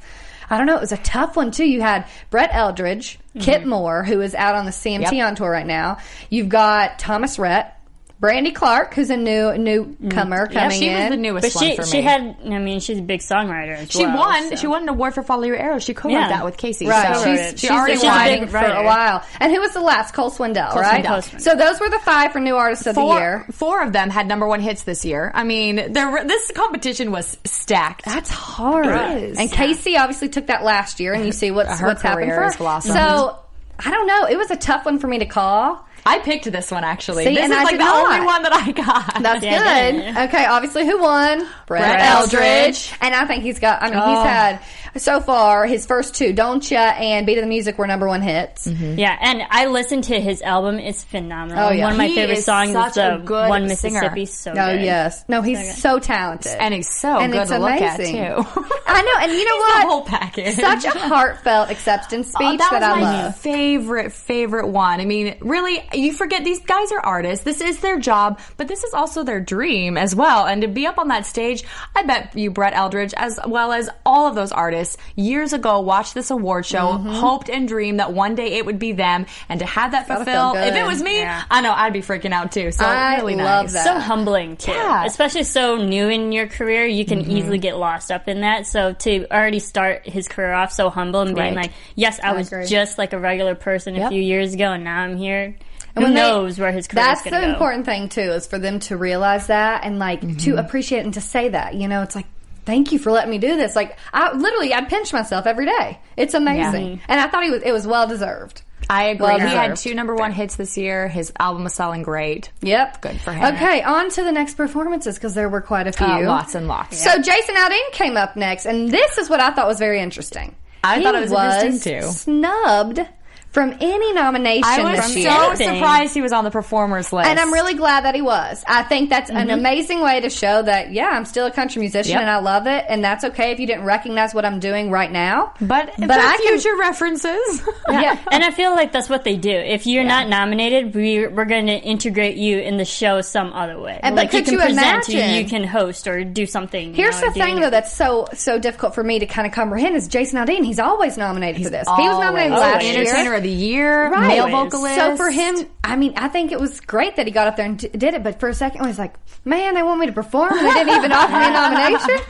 Speaker 2: I don't know. It was a tough one too. You had Brett Eldridge, Kit Moore, who is out on the CMT
Speaker 4: Yep.
Speaker 2: on tour right now. You've got Thomas Rhett, Brandy Clark, who's a new newcomer
Speaker 4: Yeah,
Speaker 2: coming
Speaker 4: she
Speaker 2: in.
Speaker 4: was the
Speaker 3: But
Speaker 4: newest one
Speaker 3: she
Speaker 4: for me.
Speaker 3: she had I mean she's a big songwriter as
Speaker 4: She
Speaker 3: well,
Speaker 4: won.
Speaker 3: so.
Speaker 4: She won an award for Follow Your Arrow. She co-wrote
Speaker 3: Yeah.
Speaker 4: that with Casey.
Speaker 2: Right,
Speaker 4: so
Speaker 2: she's,
Speaker 3: She's
Speaker 2: she's,
Speaker 3: already
Speaker 2: been
Speaker 3: won.
Speaker 2: writing
Speaker 3: Big
Speaker 2: for a
Speaker 3: writer.
Speaker 2: while. And who was the last? Cole Swindell, right?
Speaker 3: Swindell. Cole Swindell.
Speaker 2: So those were the five for new artists of the
Speaker 4: Four,
Speaker 2: year.
Speaker 4: four of them had number one hits this year. I mean, there were, this competition was stacked.
Speaker 2: That's hard.
Speaker 3: It is.
Speaker 2: And Casey obviously took that last year, and you see what's
Speaker 4: Her
Speaker 2: what's happened
Speaker 4: career
Speaker 2: for
Speaker 4: has
Speaker 2: her.
Speaker 4: blossomed.
Speaker 2: So I don't know. It was a tough one for me to call.
Speaker 4: I picked this one actually.
Speaker 2: See,
Speaker 4: this
Speaker 2: and
Speaker 4: is
Speaker 2: I
Speaker 4: like
Speaker 2: did
Speaker 4: the
Speaker 2: not.
Speaker 4: only one that I got.
Speaker 2: That's
Speaker 3: Yeah,
Speaker 2: good.
Speaker 3: yeah.
Speaker 2: Okay, obviously, who won?
Speaker 4: Brett Eldridge.
Speaker 2: And I think he's got. I mean,
Speaker 3: Oh.
Speaker 2: he's had so far his first two, "Don't Ya" and "Beat of the Music" were number one hits.
Speaker 3: Yeah, and I listened to his album. It's phenomenal.
Speaker 2: Oh, yeah.
Speaker 3: One of my
Speaker 4: He
Speaker 3: favorite
Speaker 4: is
Speaker 3: songs
Speaker 4: such
Speaker 3: is the
Speaker 4: a good
Speaker 3: One
Speaker 4: singer.
Speaker 3: Mississippi. So
Speaker 2: Oh
Speaker 3: good.
Speaker 2: yes, no, he's so talented,
Speaker 4: And he's so
Speaker 2: And
Speaker 4: good
Speaker 2: it's
Speaker 4: to look at,
Speaker 2: amazing.
Speaker 4: too.
Speaker 2: I know,
Speaker 4: <laughs>
Speaker 2: and you know
Speaker 4: He's
Speaker 2: what?
Speaker 4: the whole package.
Speaker 2: Such a heartfelt
Speaker 3: <laughs>
Speaker 2: acceptance speech
Speaker 4: Oh,
Speaker 2: that,
Speaker 4: that was
Speaker 2: I
Speaker 4: my
Speaker 2: love.
Speaker 4: favorite, favorite one. I mean, really, you forget these guys are artists. This is their job, but this is also their dream as well. And to be up on that stage, I bet you Brett Eldridge, as well as all of those artists, years ago watched this award show,
Speaker 2: Mm-hmm.
Speaker 4: hoped and dreamed that one day it would be them, and to have that
Speaker 2: Gotta feel
Speaker 4: fulfilled. If
Speaker 2: good.
Speaker 4: it was me,
Speaker 3: Yeah.
Speaker 4: I know I'd be freaking out too. So
Speaker 2: I
Speaker 4: really
Speaker 2: love
Speaker 4: nice.
Speaker 2: that.
Speaker 3: So humbling too,
Speaker 4: Yeah.
Speaker 3: especially so new in your career. You can
Speaker 2: Mm-hmm.
Speaker 3: easily get lost up in that. So to already start his career off so humble and being
Speaker 4: Right.
Speaker 3: like, "Yes, I, was
Speaker 2: agree.
Speaker 3: just like a regular person a
Speaker 4: Yep.
Speaker 3: few years ago, and now I'm here." Who
Speaker 2: When they-
Speaker 3: knows where his career
Speaker 2: That's
Speaker 3: is
Speaker 2: the
Speaker 3: going to go?
Speaker 2: important thing too, is for them to realize that and like to
Speaker 3: Mm-hmm.
Speaker 2: appreciate and to say that. You know, it's like. Thank you for letting me do this. Like I literally, I pinch myself every day. It's amazing,
Speaker 3: Mm-hmm.
Speaker 2: and I thought he was. It was well deserved.
Speaker 4: I agree.
Speaker 2: Well
Speaker 4: he had
Speaker 2: deserved.
Speaker 4: two number one hits this year. His album was selling great.
Speaker 2: Yep,
Speaker 4: Good for him.
Speaker 2: Okay, on to the next performances because there were quite a few.
Speaker 4: Uh, lots and lots.
Speaker 2: So Jason Aldean came up next, and this is what I thought was very interesting.
Speaker 4: I
Speaker 2: he
Speaker 4: thought it was, interesting too.
Speaker 2: snubbed from any nomination
Speaker 4: I was
Speaker 2: this
Speaker 4: so
Speaker 2: year.
Speaker 3: Anything.
Speaker 4: surprised he was on the performers list.
Speaker 2: And I'm really glad that he was. I think that's an amazing way to show that, yeah, I'm still a country musician
Speaker 4: Mm-hmm. Yep.
Speaker 2: and I love it. And that's okay if you didn't recognize what I'm doing right now.
Speaker 4: but but
Speaker 2: I
Speaker 4: for
Speaker 2: can-
Speaker 4: <laughs> future references.
Speaker 2: yeah.
Speaker 3: And I feel like that's what they do. If you're not nominated, we we're going to integrate you in the show some other way.
Speaker 2: And- but
Speaker 3: like
Speaker 2: could
Speaker 3: you
Speaker 2: you
Speaker 3: can present,
Speaker 2: imagine?
Speaker 3: you, you can host or do something. you
Speaker 2: Here's
Speaker 3: know,
Speaker 2: the
Speaker 3: doing
Speaker 2: thing, though, that's so so difficult for me to kind of comprehend is Jason Aldean. He's always nominated for this. he was nominated
Speaker 4: Always. Oh,
Speaker 2: last year.
Speaker 4: Entertainer of the year,
Speaker 2: Right.
Speaker 4: male
Speaker 3: Always.
Speaker 4: vocalist.
Speaker 2: So for him, I mean, I think it was great that he got up there and d- did it. But for a second, I was like, man, they want me to perform and they didn't even offer me a
Speaker 4: <laughs>
Speaker 2: nomination.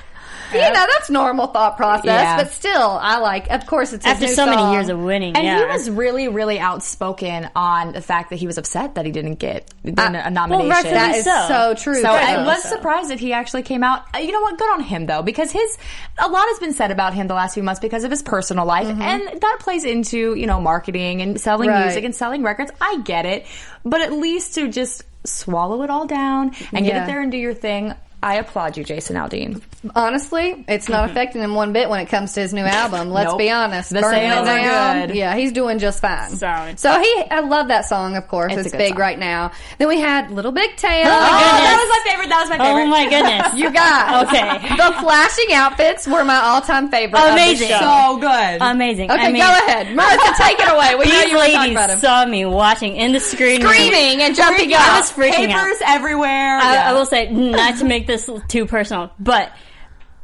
Speaker 2: You know, that's normal thought process.
Speaker 4: Yeah.
Speaker 2: But still, I like. Of course, it's his
Speaker 3: after
Speaker 2: new
Speaker 3: so many
Speaker 2: song.
Speaker 3: years of winning.
Speaker 4: And
Speaker 3: yeah.
Speaker 4: he was really, really outspoken on the fact that he was upset that he didn't get the- a nomination.
Speaker 3: rightfully
Speaker 2: That is so,
Speaker 3: So-
Speaker 2: true.
Speaker 4: so I was
Speaker 3: so.
Speaker 4: surprised that he actually came out. Uh, You know what? Good on him though, because his a lot has been said about him the last few months because of his personal life,
Speaker 3: Mm-hmm.
Speaker 4: and that plays into you know marketing and selling
Speaker 2: Right.
Speaker 4: music and selling records. I get it, but at least to just swallow it all down and get
Speaker 2: Yeah.
Speaker 4: it there and do your thing. I applaud you, Jason Aldean.
Speaker 2: honestly, it's not affecting him one bit when it comes to
Speaker 4: <laughs>
Speaker 2: his new album. Let's
Speaker 4: Mm-hmm. Nope.
Speaker 2: be honest.
Speaker 4: The
Speaker 2: Burning It
Speaker 4: sales are
Speaker 2: Down,
Speaker 4: good.
Speaker 2: Yeah, he's doing just fine.
Speaker 3: Solid.
Speaker 2: So he, I love that song. Of course,
Speaker 4: It's a
Speaker 2: it's,
Speaker 4: good
Speaker 2: big
Speaker 4: song.
Speaker 2: right now. Then we had Little Big Tail.
Speaker 4: <laughs>
Speaker 3: Oh my goodness.
Speaker 4: That was my favorite. That was my favorite.
Speaker 2: <laughs>
Speaker 3: oh
Speaker 4: <laughs>
Speaker 3: my goodness.
Speaker 2: You
Speaker 4: oh,
Speaker 2: guys.
Speaker 3: Okay.
Speaker 2: The flashing outfits were my all-time favorite. of the
Speaker 3: Amazing.
Speaker 2: show.
Speaker 4: so good.
Speaker 3: Amazing.
Speaker 2: Okay,
Speaker 3: I mean,
Speaker 2: go
Speaker 4: <laughs>
Speaker 2: ahead. Martha, take it away. We know
Speaker 3: These
Speaker 2: you were talking about
Speaker 3: ladies
Speaker 2: him.
Speaker 3: saw me watching in the screen.
Speaker 2: Screaming and jumping up.
Speaker 3: I was freaking out.
Speaker 4: Papers everywhere.
Speaker 3: I,
Speaker 4: Yeah.
Speaker 3: I will say, not to make this too personal, but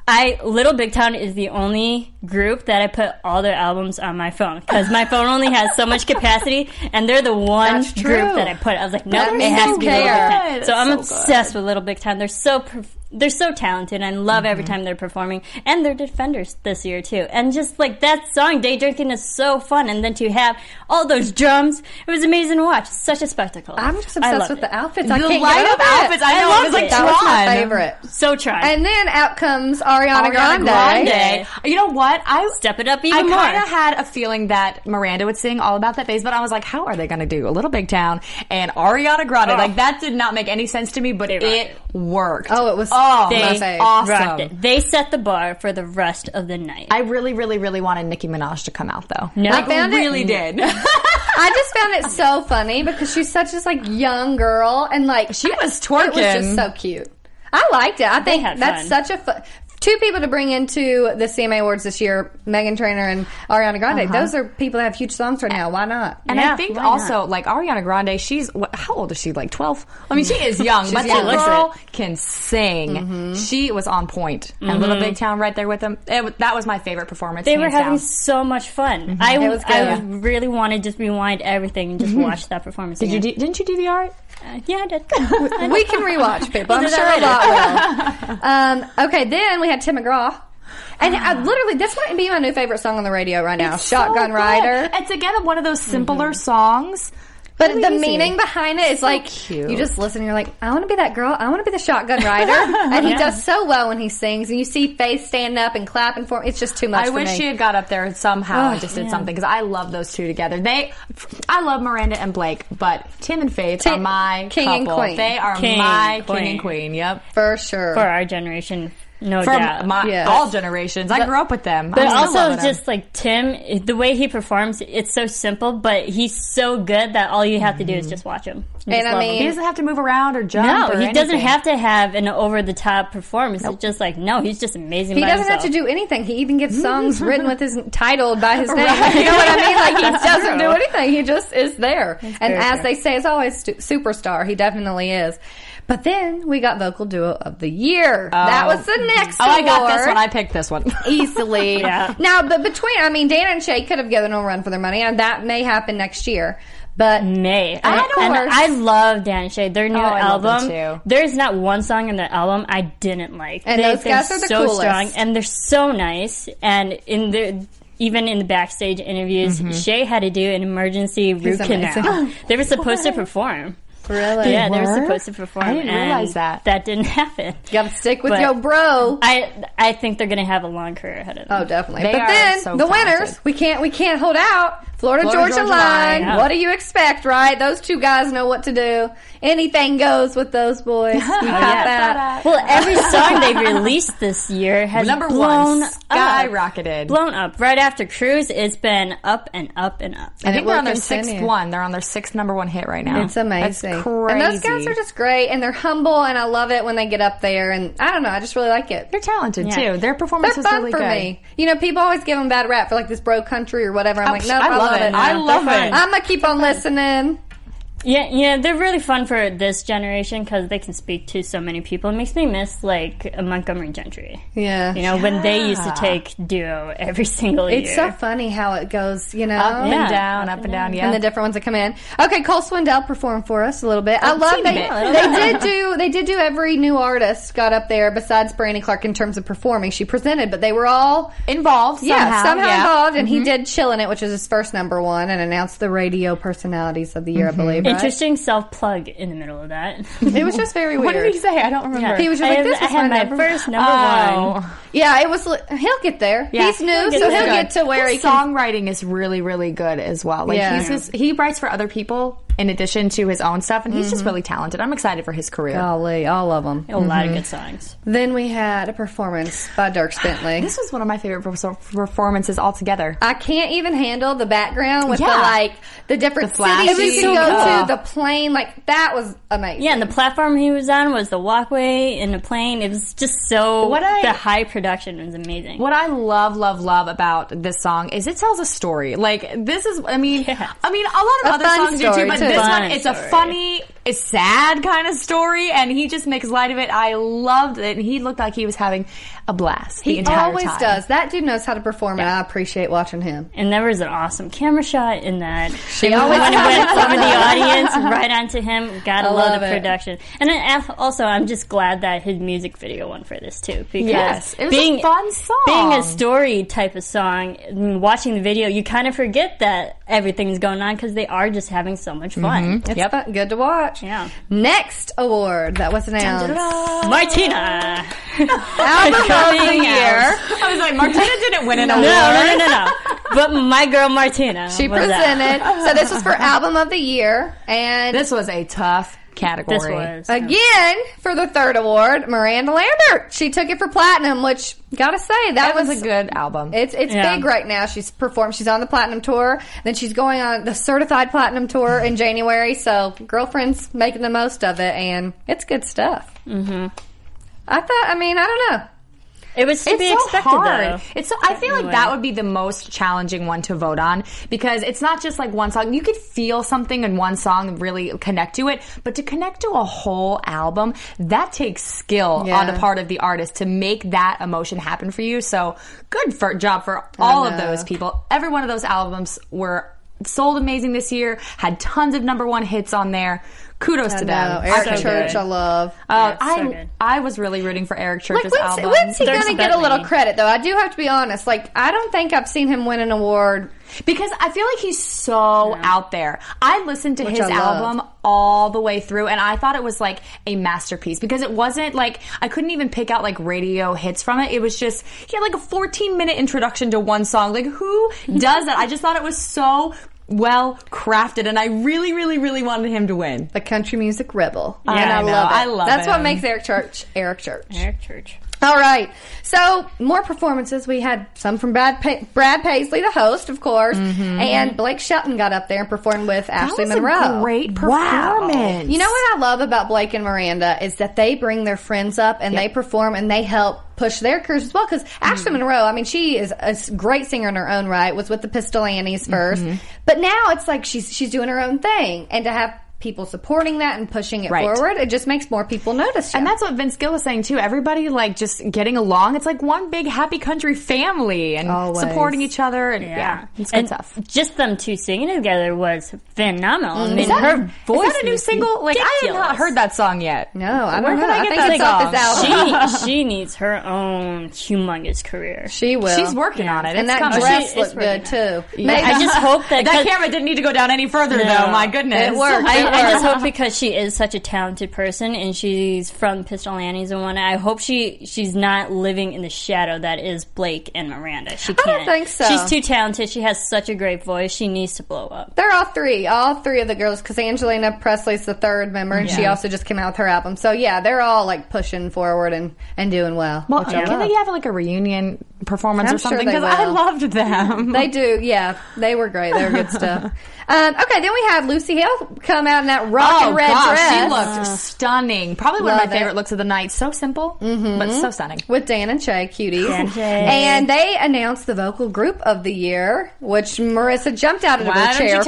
Speaker 3: I Little Big Town is the only group that I put all their albums on my phone because my phone only has so much capacity, and they're the one
Speaker 2: That's true.
Speaker 3: group that I put. I was like, no,
Speaker 2: That
Speaker 3: it
Speaker 2: makes
Speaker 3: has
Speaker 2: me
Speaker 3: to be Little Big
Speaker 2: care.
Speaker 3: Town. So
Speaker 4: That's
Speaker 3: I'm
Speaker 4: so
Speaker 3: obsessed with Little Big Town. They're so. Perf- they're so talented and I love every
Speaker 2: Mm-hmm.
Speaker 3: time they're performing and they're defenders this year too and just like that song day drinking is so fun and then to have all those drums it was amazing to watch such a spectacle
Speaker 2: I'm just
Speaker 3: I
Speaker 2: obsessed
Speaker 3: loved
Speaker 2: with
Speaker 3: it.
Speaker 2: the outfits. I
Speaker 4: The
Speaker 2: can't
Speaker 4: light
Speaker 2: get
Speaker 4: up
Speaker 2: over
Speaker 4: outfits.
Speaker 2: It.
Speaker 4: I know.
Speaker 3: I
Speaker 4: it was
Speaker 3: loved
Speaker 4: like
Speaker 3: it.
Speaker 2: That was my
Speaker 4: Tron.
Speaker 2: favorite.
Speaker 3: so try
Speaker 2: And then out comes
Speaker 4: Oh
Speaker 2: Ariana, Grande.
Speaker 3: Grande.
Speaker 4: You know what? I
Speaker 3: Step it up even
Speaker 4: I kind
Speaker 3: more.
Speaker 4: of had a feeling that Miranda would sing all about that phase, but I was like, how are they going to do a little big town and Ariana Grande?
Speaker 3: Oh.
Speaker 4: Like that did not make any sense to me, but it
Speaker 3: rocked
Speaker 4: worked.
Speaker 2: Oh, it was
Speaker 4: oh,
Speaker 2: my
Speaker 4: they
Speaker 2: fave.
Speaker 3: Rocked
Speaker 4: awesome.
Speaker 3: it. They set the bar for the rest of the night.
Speaker 4: I really, really, really wanted Nicki Minaj to come out though.
Speaker 3: No.
Speaker 4: Like,
Speaker 3: I found
Speaker 2: it-
Speaker 4: really did.
Speaker 2: I just found it so funny because she's such this like young girl and like
Speaker 4: She was
Speaker 2: It was just
Speaker 4: twerking.
Speaker 2: so cute. I liked it. I think
Speaker 3: had
Speaker 2: that's
Speaker 3: fun.
Speaker 2: such a fun. Two people to bring into the CMA Awards this year: Megan Trainor and Ariana Grande. Those are people that have huge songs right now. Why not?
Speaker 4: Uh-huh. And
Speaker 3: Yeah,
Speaker 4: I think
Speaker 3: why not?
Speaker 4: also like Ariana Grande, she's what, how old is she? Like twelve? I mean, she
Speaker 3: <laughs>
Speaker 4: is young, but
Speaker 2: young.
Speaker 4: that
Speaker 2: Looks
Speaker 4: girl can sing.
Speaker 3: Mm-hmm.
Speaker 4: She was on point. And Little Big Town right there with them. It, wa- that was my favorite performance.
Speaker 3: they were
Speaker 4: hands
Speaker 3: having
Speaker 4: down.
Speaker 3: so much fun. I,
Speaker 2: It was good.
Speaker 3: I would really want to just rewind everything and just watch that performance. Uh,
Speaker 4: Did you d- didn't you DVR it?
Speaker 3: yeah, I did. <laughs>
Speaker 2: we can rewatch people. I'm
Speaker 3: do
Speaker 2: sure a
Speaker 3: that
Speaker 2: lot will.
Speaker 4: <laughs>
Speaker 2: Um, okay, then we had Tim McGraw. And I, literally, this might be my new favorite song on the radio right now,
Speaker 4: So
Speaker 2: "Shotgun
Speaker 4: good.
Speaker 2: Rider." Mm-hmm.
Speaker 4: It's again one of those simpler songs.
Speaker 2: But
Speaker 4: Really
Speaker 2: the
Speaker 4: easy.
Speaker 2: meaning behind it is like
Speaker 4: cute.
Speaker 2: you just listen. and You're like, I want to be that girl. I want to be the shotgun rider.
Speaker 4: <laughs>
Speaker 2: and he does so well when he sings, and you see Faith standing up and clapping for him. It's just too much.
Speaker 4: I
Speaker 2: for
Speaker 4: wish
Speaker 2: me.
Speaker 4: she had got up there somehow and
Speaker 3: Oh,
Speaker 4: just did
Speaker 3: yeah.
Speaker 4: something because I love those two together. They, I love Miranda and Blake, but Tim and Faith
Speaker 2: Tim-
Speaker 4: are my
Speaker 2: king and
Speaker 4: couple.
Speaker 2: queen.
Speaker 4: They are
Speaker 3: King,
Speaker 4: my king
Speaker 3: queen.
Speaker 4: and queen. Yep,
Speaker 2: for sure.
Speaker 3: For our generation, no
Speaker 4: from
Speaker 3: doubt.
Speaker 4: my,
Speaker 2: Yes.
Speaker 4: all generations. I grew up with them.
Speaker 3: but
Speaker 4: I'm still
Speaker 3: also,
Speaker 4: loving them.
Speaker 3: just like Tim, the way he performs, it's so simple, but he's so good that all you have to do is just watch him. You
Speaker 2: And
Speaker 3: just
Speaker 2: I
Speaker 3: love him.
Speaker 2: mean,
Speaker 4: He doesn't have to move around or jump.
Speaker 3: no,
Speaker 4: or
Speaker 3: he doesn't
Speaker 4: anything.
Speaker 3: have to have an over the top performance. It's just like, no, he's just amazing.
Speaker 2: he
Speaker 3: by
Speaker 2: doesn't have
Speaker 3: himself.
Speaker 2: to do anything. He even gets songs written with his titled by his name. You know what I mean? Like he doesn't do anything. He just is there. and
Speaker 3: very
Speaker 2: as
Speaker 3: true.
Speaker 2: they say, it's always stu- superstar. He definitely is. But then we got vocal duo of the year. that was the next.
Speaker 4: Oh, I got this
Speaker 2: award.
Speaker 4: one. I picked this one.
Speaker 2: <laughs>
Speaker 4: <laughs>
Speaker 2: easily.
Speaker 3: Yeah.
Speaker 2: Now, but between, I mean, Dan and Shay could have given them a run for their money, and that may happen next year. But
Speaker 3: May.
Speaker 2: I
Speaker 3: And-
Speaker 2: know
Speaker 3: and
Speaker 2: her.
Speaker 3: I love Dan Shay. Their new
Speaker 4: Oh, I love
Speaker 3: album.
Speaker 4: them too.
Speaker 3: There's not one song in their album I didn't like.
Speaker 2: And
Speaker 3: they,
Speaker 2: those guys
Speaker 3: they're
Speaker 2: are the
Speaker 3: so
Speaker 2: coolest.
Speaker 3: strong and they're so nice. And in the even in the backstage interviews, Shay had to do an emergency root canal.
Speaker 2: Mm-hmm. amazing.
Speaker 3: <laughs> They were supposed to perform.
Speaker 2: really,
Speaker 3: yeah, they were
Speaker 4: were?
Speaker 3: supposed to perform.
Speaker 4: I didn't
Speaker 3: and
Speaker 4: realize that.
Speaker 3: That didn't <laughs> happen.
Speaker 2: you gotta stick with
Speaker 3: But
Speaker 2: your bro.
Speaker 3: I I think they're gonna have a long career ahead of them.
Speaker 2: Oh, definitely.
Speaker 4: They
Speaker 2: but
Speaker 4: are
Speaker 2: then
Speaker 4: so
Speaker 2: the
Speaker 4: talented.
Speaker 2: winners, we can't we can't hold out. Florida,
Speaker 4: Florida
Speaker 2: Georgia,
Speaker 4: Georgia
Speaker 2: line.
Speaker 4: Line.
Speaker 2: What do you expect, right? Those two guys know what to do. Anything goes with those
Speaker 4: <laughs>
Speaker 2: boys. You
Speaker 4: Oh,
Speaker 2: caught that.
Speaker 3: Well, every song
Speaker 2: <laughs>
Speaker 3: they released this year has
Speaker 4: Number
Speaker 3: blown
Speaker 4: one,
Speaker 3: up.
Speaker 4: skyrocketed.
Speaker 3: Blown up. Right after Cruise, it's been up and up and up.
Speaker 4: I think
Speaker 2: it will
Speaker 4: they're on their
Speaker 2: continue.
Speaker 4: sixth one. They're on their sixth number one hit right now.
Speaker 2: It's amazing.
Speaker 4: That's crazy.
Speaker 2: And those guys are just great, and they're humble, and I love it when they get up there. And I don't know, I just really like it.
Speaker 4: they're talented
Speaker 3: Yeah.
Speaker 4: too.
Speaker 2: They're
Speaker 4: Their performance is
Speaker 2: fun
Speaker 4: really
Speaker 2: for
Speaker 4: good.
Speaker 2: me. You know, people always give them bad rap for like this bro country or whatever. I'm
Speaker 4: Oh,
Speaker 2: like,
Speaker 4: psh,
Speaker 2: no, I, love it.
Speaker 4: I love
Speaker 3: They're
Speaker 4: it.
Speaker 3: fun.
Speaker 2: I'm gonna keep on listening.
Speaker 3: Yeah, yeah, they're really fun for this generation because they can speak to so many people. It makes me miss like Montgomery Gentry.
Speaker 2: Yeah.
Speaker 3: You know, when they used to take duo every <laughs> single year.
Speaker 2: It's so funny how it goes, you know,
Speaker 4: Up
Speaker 3: Yeah.
Speaker 4: and down, up and down. Yeah.
Speaker 2: and the different ones that come in. Okay, Cole Swindell performed for us a little bit. I love
Speaker 4: teeny
Speaker 2: they
Speaker 4: bit.
Speaker 2: they did do they did do every new artist got up there besides Brandy Clark in terms of performing. She presented, but they were all
Speaker 4: involved somehow.
Speaker 2: yeah somehow
Speaker 4: yeah.
Speaker 2: involved, and he did chillin' it, which was his first number one, and announced the radio personalities of the year, I believe. right?
Speaker 3: Interesting self plug in the middle
Speaker 2: <laughs>
Speaker 3: of that.
Speaker 2: It was just very weird.
Speaker 4: What did he say? I don't remember.
Speaker 2: He was just
Speaker 3: I
Speaker 2: like,
Speaker 3: have-
Speaker 2: "This
Speaker 3: I
Speaker 2: is
Speaker 3: had
Speaker 2: my
Speaker 3: my
Speaker 2: number one."
Speaker 3: first number
Speaker 4: Oh.
Speaker 3: one.
Speaker 2: Yeah, it was. He'll get there. He's new,
Speaker 3: He'll get
Speaker 2: so
Speaker 3: there.
Speaker 2: he'll get to where
Speaker 4: His
Speaker 2: he can.
Speaker 4: songwriting is really, really good as well. Like
Speaker 2: Yeah.
Speaker 4: he's just, he writes for other people in addition to his own stuff, and he's
Speaker 2: Mm-hmm.
Speaker 4: just really talented. I'm excited for his career.
Speaker 2: Golly, all of them.
Speaker 3: A lot of good songs.
Speaker 2: Then we had a performance by Dirk Bentley.
Speaker 4: This was one of my favorite perfor- performances altogether.
Speaker 2: I can't even handle the background with the
Speaker 4: Yeah.
Speaker 2: like the different
Speaker 4: The flashy.
Speaker 2: cities you
Speaker 4: It
Speaker 2: can
Speaker 4: was
Speaker 2: go
Speaker 4: so
Speaker 2: to,
Speaker 4: cool.
Speaker 2: the plane. Like that was amazing.
Speaker 3: Yeah, and the platform he was on was the walkway and the plane. It was just so
Speaker 4: What I-
Speaker 3: the high production was amazing.
Speaker 4: What I love, love, love about this song is it tells a story. Like this is, I mean,
Speaker 3: Yeah.
Speaker 4: I mean, a lot of
Speaker 2: A
Speaker 4: other
Speaker 2: fun
Speaker 4: songs do
Speaker 2: story,
Speaker 4: too, but
Speaker 2: too.
Speaker 4: this
Speaker 3: Fun
Speaker 4: one, it's
Speaker 3: story.
Speaker 4: a funny, it's sad kind of story, and he just makes light of it. I loved it, and he looked like he was having a blast. the
Speaker 2: he
Speaker 4: entire
Speaker 2: always
Speaker 4: time.
Speaker 2: does. That dude knows how to perform, and I appreciate watching him.
Speaker 3: and there was an awesome camera shot in that. She
Speaker 2: always
Speaker 3: went
Speaker 2: does
Speaker 3: from the
Speaker 2: that.
Speaker 4: <laughs>
Speaker 3: audience right onto him. Gotta
Speaker 2: I
Speaker 3: love,
Speaker 2: love
Speaker 3: the
Speaker 2: it.
Speaker 3: production. And then af- also, I'm just glad that his music video won for this too. Because
Speaker 4: Yes, it was a fun song.
Speaker 3: Being a story type of song, and watching the video, you kind of forget that everything's going on because they are just having so much fun.
Speaker 2: It's fun- good to watch.
Speaker 3: Yeah.
Speaker 2: Next award that was announced.
Speaker 3: Martina.
Speaker 2: Album of the
Speaker 3: Coming
Speaker 2: year.
Speaker 3: out.
Speaker 4: <laughs> I was like, Martina didn't win an
Speaker 3: No,
Speaker 4: award.
Speaker 3: no, no, no, no. But my girl Martina.
Speaker 2: She
Speaker 3: was up.
Speaker 2: presented. so this was
Speaker 4: <laughs>
Speaker 2: for album of the year, and
Speaker 4: This was a tough category.
Speaker 3: This was
Speaker 2: Again, for the third award, Miranda Lambert. She took it for platinum, which gotta say that
Speaker 4: That
Speaker 2: was,
Speaker 4: was a good album.
Speaker 2: It's it's
Speaker 3: Yeah.
Speaker 2: big right now. She's performed. She's on the platinum tour. Then she's going on the certified platinum tour in January. So girlfriend's making the most of it, and it's good stuff. Mm-hmm. I thought. I mean, I don't know.
Speaker 3: It was to
Speaker 4: it's
Speaker 3: be
Speaker 4: so
Speaker 3: expected
Speaker 4: hard.
Speaker 3: though.
Speaker 4: It's so, I feel like that would be the most challenging one to vote on because it's not just like one song. You could feel something in one song and really connect to it, but to connect to a whole album, that takes skill
Speaker 2: Yeah.
Speaker 4: on the part of the artist to make that emotion happen for you. So good for, job for all of
Speaker 2: know.
Speaker 4: those people. Every one of those albums were sold amazing this year, had tons of number one hits on there. Kudos to
Speaker 2: No,
Speaker 4: them.
Speaker 2: Eric
Speaker 3: so
Speaker 2: Church,
Speaker 3: good.
Speaker 2: I love.
Speaker 4: Uh,
Speaker 3: Yeah, so
Speaker 4: I
Speaker 3: good.
Speaker 4: I was really rooting for Eric Church's
Speaker 2: Like when's,
Speaker 4: album.
Speaker 2: when's he
Speaker 3: There's
Speaker 2: gonna get a little
Speaker 3: Bentley.
Speaker 2: credit though? I do have to be honest. Like I don't think I've seen him win an award.
Speaker 4: because I feel like he's so out there. I listened to his
Speaker 2: I love.
Speaker 4: album all the way through and I thought it was like a masterpiece because it wasn't like I couldn't even pick out like radio hits from it. It was just he had like a 14 minute introduction to one song.
Speaker 2: <laughs>
Speaker 4: Like who does that? I just thought it was so well crafted and I really really really wanted him to win.
Speaker 2: The country music rebel.
Speaker 4: Yeah,
Speaker 2: and I,
Speaker 4: I know.
Speaker 2: love it.
Speaker 4: I love
Speaker 2: That's what
Speaker 4: him.
Speaker 2: makes Eric Church Eric Church.
Speaker 3: Eric Church.
Speaker 2: All right. So more performances. We had some from Brad pa- Brad Paisley, the host, of course, and Blake Shelton got up there and performed with Ashley
Speaker 4: Mm-hmm. was a
Speaker 2: Monroe.
Speaker 4: great performance.
Speaker 2: You know what I love about Blake and Miranda is that they bring their friends up and they perform and they help push their careers as well. Because
Speaker 4: Mm-hmm.
Speaker 2: Ashley Monroe, I mean, she is a s- great singer in her own right. Was with the Pistol Annies 1st
Speaker 4: Mm-hmm.
Speaker 2: but now it's like she's she's doing her own thing, and to have people supporting that and pushing it
Speaker 4: Right.
Speaker 2: forward, it just makes more people notice.
Speaker 4: And
Speaker 2: you.
Speaker 4: that's what Vince Gill was saying too. Everybody like just getting along. It's like one big happy country family and
Speaker 2: Always.
Speaker 4: supporting each other. And yeah,
Speaker 3: Yeah.
Speaker 4: it's good
Speaker 3: And
Speaker 4: stuff.
Speaker 3: Just them two singing together was phenomenal. I mean,
Speaker 2: that-
Speaker 3: her voice.
Speaker 4: Mm-hmm. Is that a new
Speaker 3: was
Speaker 4: single? Like I have not
Speaker 3: ridiculous.
Speaker 4: heard that song yet.
Speaker 2: no, I
Speaker 4: Where
Speaker 2: don't know.
Speaker 4: can I
Speaker 2: I,
Speaker 4: get
Speaker 2: think
Speaker 4: that
Speaker 2: it's off
Speaker 4: song?
Speaker 2: this album.
Speaker 4: <laughs>
Speaker 3: She she needs her own humongous career.
Speaker 2: She will.
Speaker 4: She's working on it.
Speaker 2: And
Speaker 4: It's
Speaker 2: that
Speaker 4: coming.
Speaker 3: She
Speaker 2: dress
Speaker 3: is
Speaker 2: looked good
Speaker 3: working
Speaker 2: too.
Speaker 3: I just hope that
Speaker 4: <laughs> That
Speaker 3: 'cause
Speaker 4: camera didn't need to go down any further,
Speaker 3: No.
Speaker 4: though. My goodness,
Speaker 2: It worked. It
Speaker 3: I, I just hope because she is such a talented person and she's from Pistol Annie's and whatnot. I hope she she's not living in the shadow that is Blake and Miranda. She
Speaker 2: don't
Speaker 3: can't.
Speaker 2: think so.
Speaker 3: She's too talented. She has such a great voice. She needs to blow up.
Speaker 2: They're all three, all three of the girls, because Angelina Presley's the third member, and she
Speaker 4: Yeah.
Speaker 2: also just came out with her album. So yeah, they're all like pushing forward and and doing well.
Speaker 4: Well,
Speaker 2: which I love.
Speaker 4: can they have like a reunion performance
Speaker 2: I'm
Speaker 4: or
Speaker 2: sure
Speaker 4: something?
Speaker 2: they
Speaker 4: Because I
Speaker 2: will.
Speaker 4: loved them. <laughs>
Speaker 2: They do, yeah. They were great. They were good stuff. Um, okay, then we had Lucy Hale come out in that rock
Speaker 4: oh
Speaker 2: and red
Speaker 4: gosh,
Speaker 2: dress
Speaker 4: she looked stunning. Probably one of
Speaker 2: Love
Speaker 4: my favorite
Speaker 2: it. Mm-hmm.
Speaker 4: looks of the night. So simple, but so stunning.
Speaker 2: with Dan and Shay, cuties.
Speaker 3: Dan and Shay.
Speaker 2: And they announced the vocal group of the year, which Marissa jumped out of her chair for.
Speaker 4: us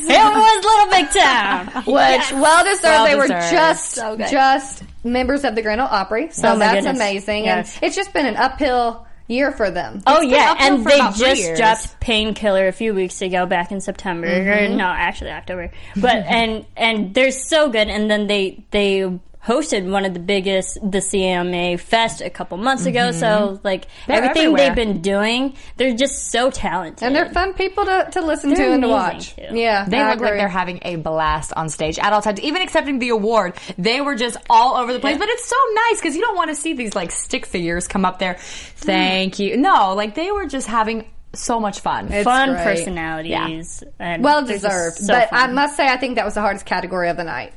Speaker 4: who it
Speaker 3: It
Speaker 4: was?
Speaker 3: was Little Big Town.
Speaker 2: which well deserved.
Speaker 4: Well
Speaker 2: they were
Speaker 4: deserved.
Speaker 2: just
Speaker 3: So good.
Speaker 2: just members of the Grand Ole Opry, so
Speaker 3: Oh my
Speaker 2: that's
Speaker 3: goodness.
Speaker 2: amazing.
Speaker 3: Yes.
Speaker 2: And it's just been an uphill year for them.
Speaker 3: Oh
Speaker 4: been
Speaker 3: yeah,
Speaker 4: up there
Speaker 3: and
Speaker 4: for
Speaker 3: they
Speaker 4: about three
Speaker 3: just
Speaker 4: years.
Speaker 3: dropped Painkiller a few weeks ago, back in September. Or, no, actually October. But and and they're so good. And then they they hosted one of the biggest the CMA Fest a couple months ago. So like everything
Speaker 4: everywhere.
Speaker 3: they've been doing, they're just so talented.
Speaker 2: and they're fun people to, to listen
Speaker 3: They're
Speaker 2: to and to
Speaker 3: amazing,
Speaker 2: watch.
Speaker 3: too.
Speaker 2: Yeah,
Speaker 4: They
Speaker 2: I
Speaker 4: look like
Speaker 2: agree.
Speaker 4: they're having a blast on stage at all times, even accepting the award. They were just all over the place, but it's so nice because you don't want to see these like stick figures come up there. Thank you. No, like they were just having so much fun.
Speaker 2: It's
Speaker 3: fun
Speaker 2: great.
Speaker 3: personalities. And
Speaker 2: Well
Speaker 3: they're just
Speaker 2: deserved,
Speaker 3: so
Speaker 2: but I
Speaker 3: fun.
Speaker 2: must say I think that was the hardest category of the night.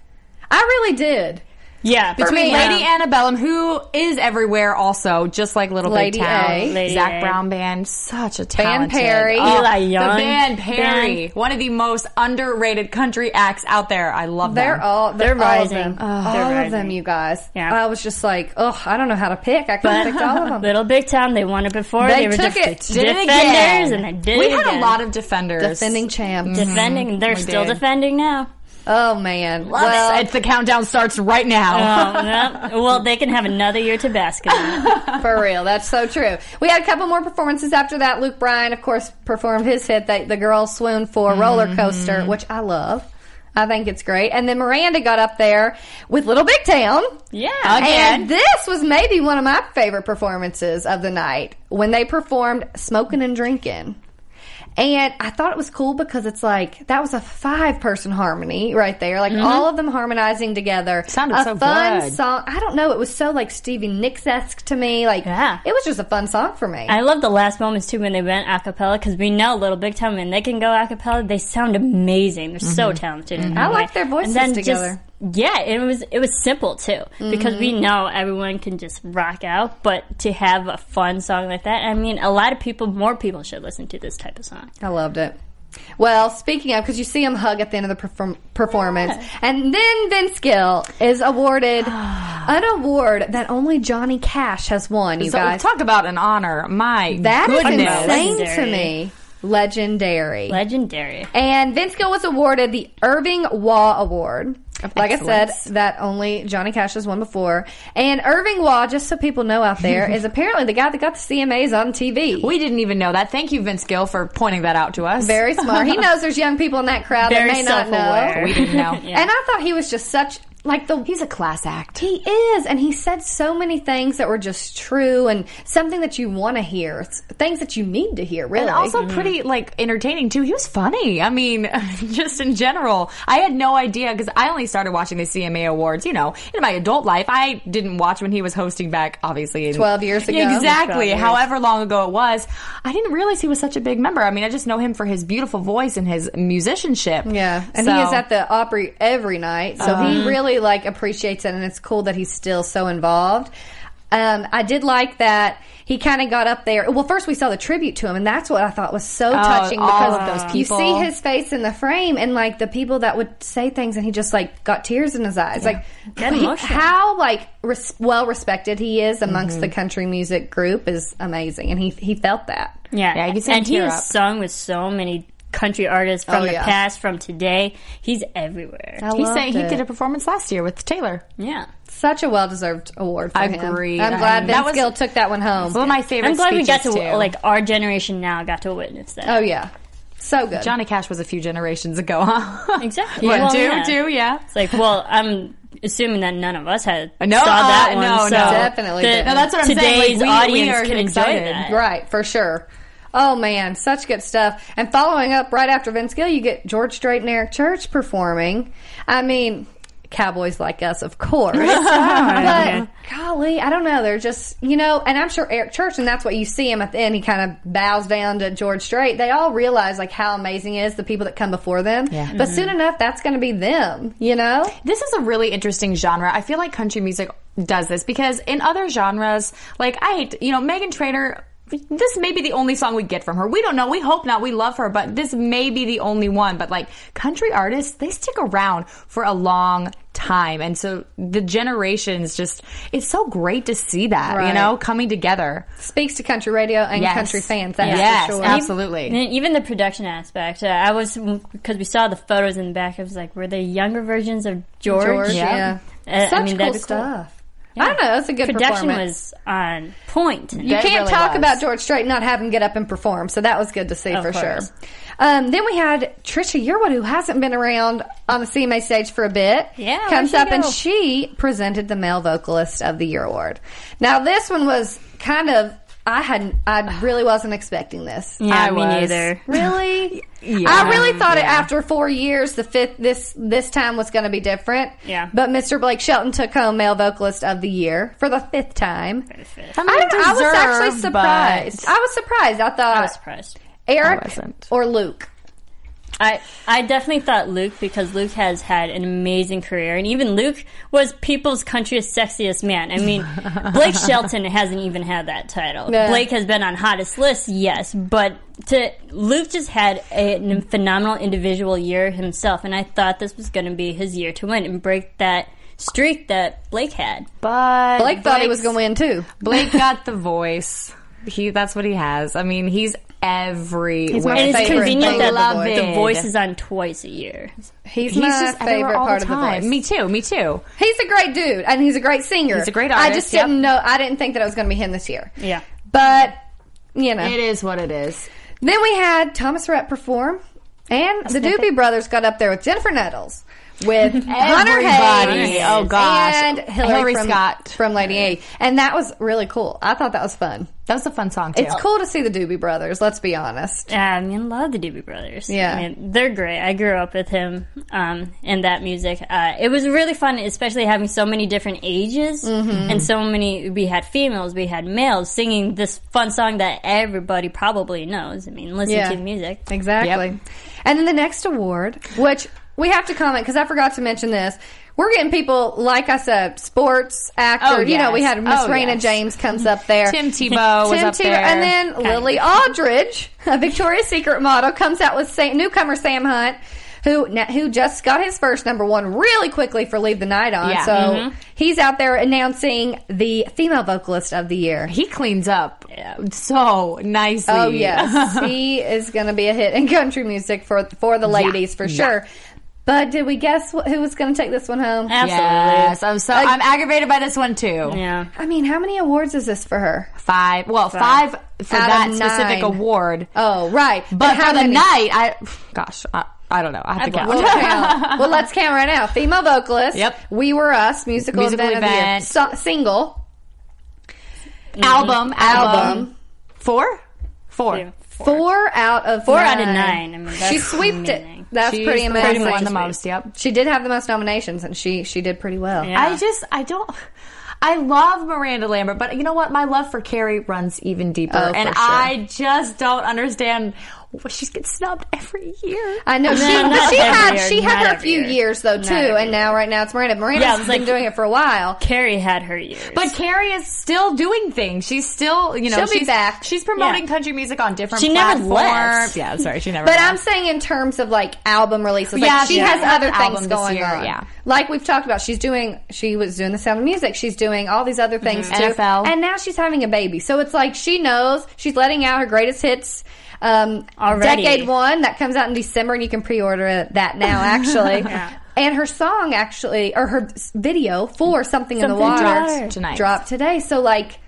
Speaker 2: I really did.
Speaker 3: yeah,
Speaker 4: Between
Speaker 2: me,
Speaker 4: Lady
Speaker 3: yeah.
Speaker 4: Annabellum, who is everywhere also, just like Little
Speaker 2: Lady
Speaker 4: Big Town,
Speaker 2: A.
Speaker 3: Lady
Speaker 4: Zach
Speaker 3: A.
Speaker 4: Brown Band, such a talented.
Speaker 2: Perry.
Speaker 3: Eli Young.
Speaker 4: Oh, The band
Speaker 3: Band.
Speaker 4: Perry, one of the most underrated country acts out there. I love
Speaker 2: They're
Speaker 4: them.
Speaker 2: all they're,
Speaker 3: They're
Speaker 2: all of
Speaker 3: rising.
Speaker 2: them,
Speaker 3: Oh.
Speaker 2: all
Speaker 3: They're
Speaker 2: of
Speaker 3: rising.
Speaker 2: them, you guys.
Speaker 3: Yeah.
Speaker 2: I was just like, oh, I don't know how to pick. I couldn't pick all of them.
Speaker 3: <laughs> Little Big Town, they won it before.
Speaker 2: They
Speaker 3: They, were
Speaker 2: took
Speaker 3: def-
Speaker 2: it. Did
Speaker 4: it
Speaker 3: defenders,
Speaker 4: again.
Speaker 3: and they did
Speaker 4: we
Speaker 3: it
Speaker 4: had a
Speaker 3: again.
Speaker 4: lot of defenders.
Speaker 2: Defending champs.
Speaker 3: defending. They're
Speaker 4: we
Speaker 3: still
Speaker 4: did.
Speaker 3: defending now.
Speaker 2: Oh man,
Speaker 4: Well,
Speaker 2: well,
Speaker 4: it's the countdown starts right now.
Speaker 3: <laughs> Oh, yeah. Well, they can have another year to bask in
Speaker 2: <laughs>
Speaker 3: it.
Speaker 2: For real, that's so true. We had a couple more performances after that. Luke Bryan, of course, performed his hit that the girls swooned for, Roller Coaster, which I love. I think it's great. And then Miranda got up there with Little Big Town.
Speaker 3: Yeah.
Speaker 2: And this was maybe one of my favorite performances of the night when they performed Smoking and Drinking. And I thought it was cool because it's like that was a five person harmony right there. Like all of them harmonizing together.
Speaker 4: Mm-hmm. Sounded
Speaker 2: a
Speaker 4: so
Speaker 2: fun
Speaker 4: good.
Speaker 2: song. I don't know. It was so like Stevie Nicks esque to me. Like
Speaker 3: Yeah.
Speaker 2: it was just a fun song for me.
Speaker 3: <laughs> I love the last moments too when they went a cappella because we know Little Big Time when they can go a cappella, they sound amazing. They're so talented.
Speaker 2: I like their voices
Speaker 3: and then
Speaker 2: together.
Speaker 3: Just, yeah, it was it was simple too because we know everyone can just rock out, but to have a fun song like that, I mean, a lot of people, more people should listen to this type of song.
Speaker 2: I loved it. Well, speaking of, because you see him hug at the end of the perform- performance, and then Vince Gill is
Speaker 4: <sighs>
Speaker 2: awarded an award that only Johnny Cash has won. You
Speaker 4: So
Speaker 2: guys,
Speaker 4: talk about an honor. My
Speaker 2: that is
Speaker 4: goodness.
Speaker 2: insane to
Speaker 3: Legendary.
Speaker 2: me. Legendary.
Speaker 3: Legendary.
Speaker 2: And Vince Gill was awarded the Irving Waugh Award. Like I
Speaker 4: excellence.
Speaker 2: said, that only Johnny Cash has won before. And Irving Waugh, just so people know out
Speaker 4: <laughs>
Speaker 2: there, is apparently the guy that got the CMAs on TV.
Speaker 4: We didn't even know that. Thank you, Vince Gill, for pointing that out to us.
Speaker 2: Very smart.
Speaker 4: <laughs>
Speaker 2: he knows there's young people in that crowd
Speaker 3: Very
Speaker 2: that may not know.
Speaker 3: self-aware.
Speaker 4: we didn't know.
Speaker 3: Yeah.
Speaker 2: And I thought he was just such <laughs> like the
Speaker 4: He's a class act.
Speaker 2: he is, and he said so many things that were just true and something that you want to hear, It's things that you need to hear, really.
Speaker 4: And also pretty like entertaining too. He was funny. I mean, <laughs> just in general, I had no idea because I only started watching the CMA Awards. You know, in my adult life, I didn't watch when he was hosting back, obviously, in,
Speaker 2: 12 years ago.
Speaker 4: Yeah, exactly.
Speaker 3: 12 years.
Speaker 4: However long ago it was, I didn't realize he was such a big member. I mean, I just know him for his beautiful voice and his musicianship.
Speaker 2: yeah, and he
Speaker 4: So- Uh-huh.
Speaker 2: is at the Opry every night, so he really like appreciates it, and it's cool that he's still so involved. Um, I did like that he kind of got up there. Well, first we saw the tribute to him, and that's what I thought was so touching
Speaker 4: Oh, all
Speaker 2: because
Speaker 4: of those
Speaker 2: you
Speaker 4: people.
Speaker 2: see his face in the frame, and like the people that would say things, and he just like got tears in his eyes. Like
Speaker 3: Get
Speaker 2: he-
Speaker 3: emotional.
Speaker 2: how like res- well respected he is amongst
Speaker 4: Mm-hmm.
Speaker 2: the country music group is amazing, and he he felt that.
Speaker 3: Yeah,
Speaker 4: Yeah, you can see him
Speaker 3: and he
Speaker 4: tear
Speaker 3: has
Speaker 4: up.
Speaker 3: sung with so many country artists from
Speaker 2: Oh,
Speaker 3: the
Speaker 2: yeah.
Speaker 3: past, from today. He's everywhere.
Speaker 2: I
Speaker 4: He
Speaker 2: loved
Speaker 4: sang. He
Speaker 2: it.
Speaker 4: did a performance last year with Taylor.
Speaker 3: yeah,
Speaker 2: such a well deserved award. for him.
Speaker 4: Agreed.
Speaker 2: I'm glad
Speaker 4: I-
Speaker 2: Vince
Speaker 4: that was-
Speaker 2: Gill took that one
Speaker 4: It's one
Speaker 2: home.
Speaker 4: of my favorite.
Speaker 3: I'm glad we got to
Speaker 4: speeches, too.
Speaker 3: like our generation now got to witness that.
Speaker 2: Oh yeah, so good.
Speaker 4: Johnny Cash was a few generations ago, huh? <laughs>
Speaker 3: Exactly.
Speaker 4: What,
Speaker 3: Well,
Speaker 4: two,
Speaker 3: yeah.
Speaker 4: two, yeah.
Speaker 3: It's like, well, I'm assuming that none of us had
Speaker 4: No,
Speaker 3: saw that
Speaker 4: uh,
Speaker 3: one.
Speaker 4: no,
Speaker 3: so
Speaker 4: no.
Speaker 2: Definitely
Speaker 3: the-
Speaker 2: didn't. No,
Speaker 4: that's what I'm saying,
Speaker 3: today's
Speaker 4: like, we- we
Speaker 3: audience
Speaker 4: are
Speaker 3: can enjoy
Speaker 4: excited.
Speaker 3: that.
Speaker 2: right for sure. Oh man, such good stuff. And following up right after Vince Gill, you get George Strait and Eric Church performing. I mean, cowboys like us, of
Speaker 4: <laughs>
Speaker 2: course. but golly, I don't know. They're just you know, and I'm sure Eric Church, and that's what you see him at the end. He kind of bows down to George Strait. They all realize like how amazing it is the people that come before them.
Speaker 4: Yeah. Mm-hmm.
Speaker 2: But soon enough, that's going to be them. You know.
Speaker 4: This is a really interesting genre. I feel like country music does this because in other genres, like I hate, you know, Megan Trainor. This may be the only song we get from her. We don't know. We hope not. We love her, but this may be the only one. But like country artists, they stick around for a long time. And so the generations just, it's so great to see that, you
Speaker 2: Right.
Speaker 4: know, coming together.
Speaker 2: Speaks to country radio and
Speaker 4: Yes.
Speaker 2: country fans. That's
Speaker 4: Yes,
Speaker 2: for sure.
Speaker 4: absolutely.
Speaker 3: And then even the production aspect. Uh, I was because we saw the photos in the back. I was like, were they younger versions of George?
Speaker 2: George, yeah.
Speaker 3: Uh,
Speaker 2: Such
Speaker 3: I mean,
Speaker 2: cool
Speaker 3: that'd be
Speaker 2: stuff. I don't know. That's a good
Speaker 3: Production
Speaker 2: performance.
Speaker 3: was on point.
Speaker 2: You
Speaker 4: That
Speaker 2: can't
Speaker 4: really
Speaker 2: talk
Speaker 4: was.
Speaker 2: about George Strait and not have him get up and perform, so that was good to see
Speaker 3: Of
Speaker 2: for sure.
Speaker 3: course.
Speaker 2: Um, then we had Trisha Yearwood, who hasn't been around on the CMA stage for a bit.
Speaker 3: Yeah, where'd
Speaker 2: comes
Speaker 3: she
Speaker 2: up and
Speaker 3: go?
Speaker 2: she presented the Male Vocalist of the Year award. Now this one was kind of I hadn't I really wasn't expecting this.
Speaker 3: yeah,
Speaker 4: I
Speaker 3: me
Speaker 4: was.
Speaker 3: neither.
Speaker 4: <laughs>
Speaker 2: Really?
Speaker 4: Yeah.
Speaker 2: I really thought it after four years, the fifth this this time was going to be different.
Speaker 3: Yeah.
Speaker 2: But Mr. Blake Shelton took home Male Vocalist of the Year for the fifth time.
Speaker 4: I,
Speaker 2: I, don't- I was actually
Speaker 4: deserve, but-
Speaker 2: surprised. I was surprised. I thought
Speaker 3: I was surprised.
Speaker 2: Eric
Speaker 4: I wasn't.
Speaker 2: or Luke.
Speaker 3: I I definitely thought Luke because Luke has had an amazing career, and even Luke was People's Country's sexiest man.
Speaker 2: <laughs>
Speaker 3: I mean, Blake Shelton hasn't even had that title.
Speaker 2: Yeah.
Speaker 3: Blake has been on hottest lists, yes, but to Luke just had a, an phenomenal individual year himself, and I thought this was going to be his year to win and break that streak that Blake had.
Speaker 4: But
Speaker 2: Blake thought he was
Speaker 4: Blake's-
Speaker 2: going to win too.
Speaker 4: Blake got the voice. He that's what he has. I mean, he's everywhere.
Speaker 2: my
Speaker 3: And it's
Speaker 2: favorite
Speaker 3: convenient
Speaker 2: thing.
Speaker 3: that
Speaker 2: Love
Speaker 3: the, the
Speaker 4: it.
Speaker 3: voice is on twice a year.
Speaker 2: He's,
Speaker 4: He's
Speaker 2: my
Speaker 4: just everywhere
Speaker 2: favorite
Speaker 4: all
Speaker 2: part
Speaker 4: the
Speaker 2: of the
Speaker 4: time.
Speaker 2: voice.
Speaker 4: Me too. Me too.
Speaker 2: He's a great dude and he's a great singer.
Speaker 4: He's a great
Speaker 2: I
Speaker 4: artist,
Speaker 2: just
Speaker 4: yep.
Speaker 2: didn't know. I didn't think that it was going to be him this year.
Speaker 3: Yeah.
Speaker 2: But you know,
Speaker 4: <laughs> It is what it is.
Speaker 2: then we had Thomas Rhett perform, and the Doobie Brothers got up there with Jennifer Nettles.
Speaker 4: <laughs>
Speaker 2: With Hunter
Speaker 4: Everybody.
Speaker 2: Hayes,
Speaker 4: Oh, gosh.
Speaker 2: and Hillary,
Speaker 4: Hillary
Speaker 2: from-
Speaker 4: Scott.
Speaker 2: from Lady A, and that was really cool. I thought that was fun.
Speaker 4: That was a fun song too.
Speaker 2: It's cool to see the Doobie Brothers. Let's be honest.
Speaker 3: Yeah, I mean, love the Doobie Brothers.
Speaker 2: Yeah.
Speaker 3: I mean, they're great. I grew up with him um, and that music. Uh, it was really fun, especially having so many different ages and so many. We had females, we had males singing this fun song that everybody probably knows. I mean, listen
Speaker 2: Yeah.
Speaker 3: to music.
Speaker 2: Exactly. And then the next award, which we have to comment because I forgot to mention this. We're getting people, like I said, sports actors.
Speaker 4: Oh,
Speaker 2: You know, we
Speaker 4: yes.
Speaker 2: had Miss
Speaker 4: Oh,
Speaker 2: Raina
Speaker 4: yes.
Speaker 2: James comes up there.
Speaker 4: Tim Tebow
Speaker 2: <laughs>
Speaker 4: was
Speaker 2: Tim
Speaker 4: up
Speaker 2: Tebow,
Speaker 4: there.
Speaker 2: and then Lily Aldridge, a Victoria's Secret model, comes out with Sa- newcomer Sam Hunt, who na- who just got his first number one really quickly for Leave the Night On.
Speaker 4: Yeah. Mm-hmm.
Speaker 2: So he's out there announcing the female vocalist of the year.
Speaker 4: he cleans up so nicely.
Speaker 2: Oh yes, he is going to be a hit in country music for for the ladies for sure. But did we guess wh- who was going to take this one home?
Speaker 4: Uh,
Speaker 3: Absolutely.
Speaker 4: Yes, I'm so I'm aggravated by this one too.
Speaker 3: Yeah.
Speaker 2: I mean, how many awards is this for her?
Speaker 4: Five, well, five, for
Speaker 2: Out
Speaker 4: that
Speaker 2: of nine.
Speaker 4: specific award.
Speaker 2: Oh, right.
Speaker 4: but
Speaker 2: how
Speaker 4: for the
Speaker 2: many-
Speaker 4: night, I gosh, I, I don't know. I have to
Speaker 3: blocked
Speaker 4: count.
Speaker 2: We'll,
Speaker 3: <laughs>
Speaker 2: count. well, let's count right now. Female vocalist.
Speaker 4: Yep.
Speaker 2: We were us. Musical,
Speaker 4: Musical
Speaker 2: event, of the year.
Speaker 4: event.
Speaker 2: So- single.
Speaker 4: <laughs> album,
Speaker 2: Album.
Speaker 4: album, four, four.
Speaker 3: Two, Four.
Speaker 2: Four out of
Speaker 3: Four out of nine. I mean,
Speaker 2: she
Speaker 3: that's
Speaker 2: sweeped it.
Speaker 3: amazing.
Speaker 2: That's
Speaker 4: She's
Speaker 2: pretty
Speaker 4: the one
Speaker 2: amazing.
Speaker 4: that won the most. Yep.
Speaker 2: She did have the most nominations, and she she did pretty well.
Speaker 3: Yeah.
Speaker 4: I just, I don't. I love Miranda Lambert, but you know what? My love for Carrie runs even deeper,
Speaker 2: Oh, for
Speaker 4: and
Speaker 2: sure.
Speaker 4: I just don't understand. Well, she's getting snubbed every year.
Speaker 2: I
Speaker 3: <laughs>
Speaker 2: know she,
Speaker 3: not
Speaker 2: but she
Speaker 3: every
Speaker 2: had
Speaker 3: year,
Speaker 2: she
Speaker 3: not
Speaker 2: had her
Speaker 3: every
Speaker 2: few
Speaker 3: year.
Speaker 2: years though
Speaker 3: Not
Speaker 2: too,
Speaker 3: every
Speaker 2: and now right now it's Miranda. Miranda's
Speaker 3: Yeah, it was
Speaker 2: been
Speaker 3: like-
Speaker 2: doing it for a while.
Speaker 3: Carrie had her years.
Speaker 4: But Carrie is still doing things. She's still, you know,
Speaker 2: She'll be
Speaker 4: she's,
Speaker 2: back.
Speaker 4: She's promoting
Speaker 3: Yeah.
Speaker 4: country music on different.
Speaker 3: She never
Speaker 4: platforms.
Speaker 3: left.
Speaker 4: Yeah, I'm sorry, she never.
Speaker 2: But
Speaker 4: left.
Speaker 2: I'm saying in terms of like album releases, like
Speaker 4: Yeah,
Speaker 2: she
Speaker 4: she
Speaker 2: has
Speaker 4: doesn't have
Speaker 2: other
Speaker 4: an
Speaker 2: things
Speaker 4: album this
Speaker 2: going
Speaker 4: year,
Speaker 2: on.
Speaker 4: yeah.
Speaker 2: like we've talked about, she's doing she was doing the Sound of Music, she's doing all these other things
Speaker 4: Mm-hmm.
Speaker 2: too,
Speaker 4: NFL.
Speaker 2: and now she's having a baby. So it's like she knows she's letting out her greatest hits. Um,
Speaker 3: Already.
Speaker 2: decade one that comes out in December, and you can pre-order it, that
Speaker 4: <laughs>
Speaker 2: now. Actually, and her song actually or her s- video for something, in the
Speaker 3: Something
Speaker 2: water
Speaker 3: Dropped
Speaker 4: tonight.
Speaker 2: dropped today. So like,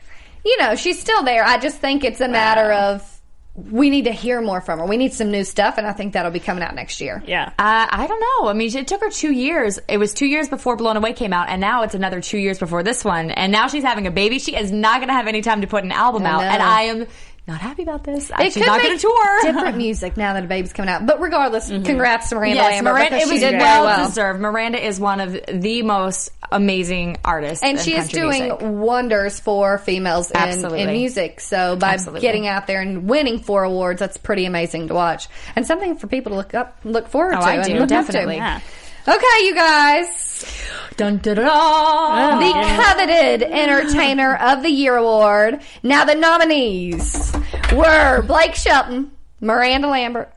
Speaker 2: you know, she's still there. I just think it's a matter of we need to hear more from her. We need some new stuff, and I think that'll be coming out next year.
Speaker 3: yeah.
Speaker 4: Uh, I don't know. I mean, it took her two years. It was two years before Blown Away came out, and now it's another two years before this one. And now she's having a baby. She is not going to have any time to put an album
Speaker 2: I
Speaker 4: out.
Speaker 2: know.
Speaker 4: And I am not happy about this.
Speaker 2: It
Speaker 4: She's
Speaker 2: could
Speaker 4: not
Speaker 2: make
Speaker 4: going to tour. <laughs>
Speaker 2: different music now that a baby's coming out. But regardless, congrats to Miranda
Speaker 4: Mm-hmm. Yes,
Speaker 2: Lambert
Speaker 4: Miranda.
Speaker 2: because
Speaker 4: It was
Speaker 2: she did
Speaker 4: well,
Speaker 2: very well.
Speaker 4: deserved. Miranda is one of the most amazing artists,
Speaker 2: and
Speaker 4: in
Speaker 2: she is
Speaker 4: country
Speaker 2: doing
Speaker 4: music.
Speaker 2: wonders for females in, in
Speaker 4: Absolutely.
Speaker 2: music. So by
Speaker 4: Absolutely.
Speaker 2: getting out there and winning four awards, that's pretty amazing to watch, and something for people to look up, look forward
Speaker 4: Oh,
Speaker 2: to,
Speaker 4: I
Speaker 2: and
Speaker 4: do,
Speaker 2: look up to.
Speaker 4: definitely.
Speaker 3: Yeah.
Speaker 2: Okay, you guys,
Speaker 4: Dun, dun, dun, dun.
Speaker 2: the coveted Entertainer of the Year award. Now the nominees were Blake Shelton, Miranda Lambert,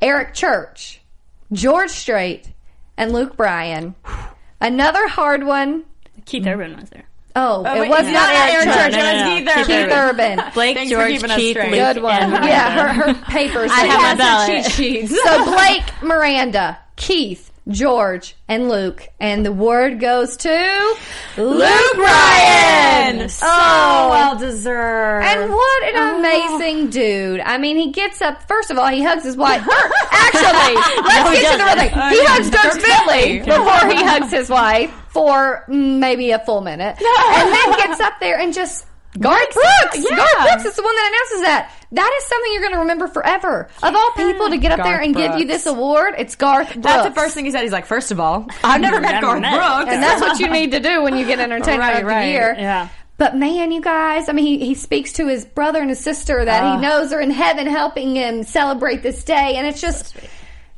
Speaker 2: Eric Church, George Strait, and Luke Bryan. Another hard one.
Speaker 3: Keith Urban was there.
Speaker 2: Oh,
Speaker 4: Oh,
Speaker 2: it
Speaker 4: wait,
Speaker 2: was
Speaker 4: no,
Speaker 2: not Eric
Speaker 3: no,
Speaker 2: Church.
Speaker 3: no, no,
Speaker 2: it was
Speaker 3: no.
Speaker 2: Keith Urban. Keith Urban.
Speaker 3: Blake,
Speaker 4: Thanks for
Speaker 3: George,
Speaker 4: keeping us
Speaker 3: Keith,
Speaker 4: straight.
Speaker 3: Luke,
Speaker 2: Good one.
Speaker 3: and Miranda.
Speaker 2: Yeah, her, her papers.
Speaker 3: I have
Speaker 4: Yes,
Speaker 3: my ballot.
Speaker 4: and cheat sheets.
Speaker 2: so Blake, Miranda, Keith, George, and Luke. And the word goes to Luke Bryan. Oh.
Speaker 4: So well deserved.
Speaker 2: And what an amazing dude. I mean, he gets up, first of all, he hugs his wife. Er, Actually, let's
Speaker 3: No, he
Speaker 2: get to the real
Speaker 3: doesn't.
Speaker 2: thing. He hugs Dirk Bentley before he hugs his wife for mm, maybe a full minute. And then gets up there and just. Garth Brooks!
Speaker 4: yeah.
Speaker 2: Garth Brooks is the one that announces that. That is something you're going to remember forever. Of all people to get up there
Speaker 4: Garth
Speaker 2: and give you this
Speaker 4: Brooks.
Speaker 2: award, it's Garth Brooks.
Speaker 4: That's the first thing he said. He's like, first
Speaker 2: <laughs>
Speaker 4: of all, I've never met
Speaker 3: Never
Speaker 4: Garth
Speaker 3: met.
Speaker 4: Brooks.
Speaker 2: And that's what you need to do when you get entertained
Speaker 4: Right,
Speaker 2: right, the
Speaker 4: right.
Speaker 2: year.
Speaker 3: Yeah.
Speaker 2: But man, you guys, I mean, he, he speaks to his brother and his sister that
Speaker 4: Ah.
Speaker 2: he knows are in heaven helping him celebrate this day. And it's just,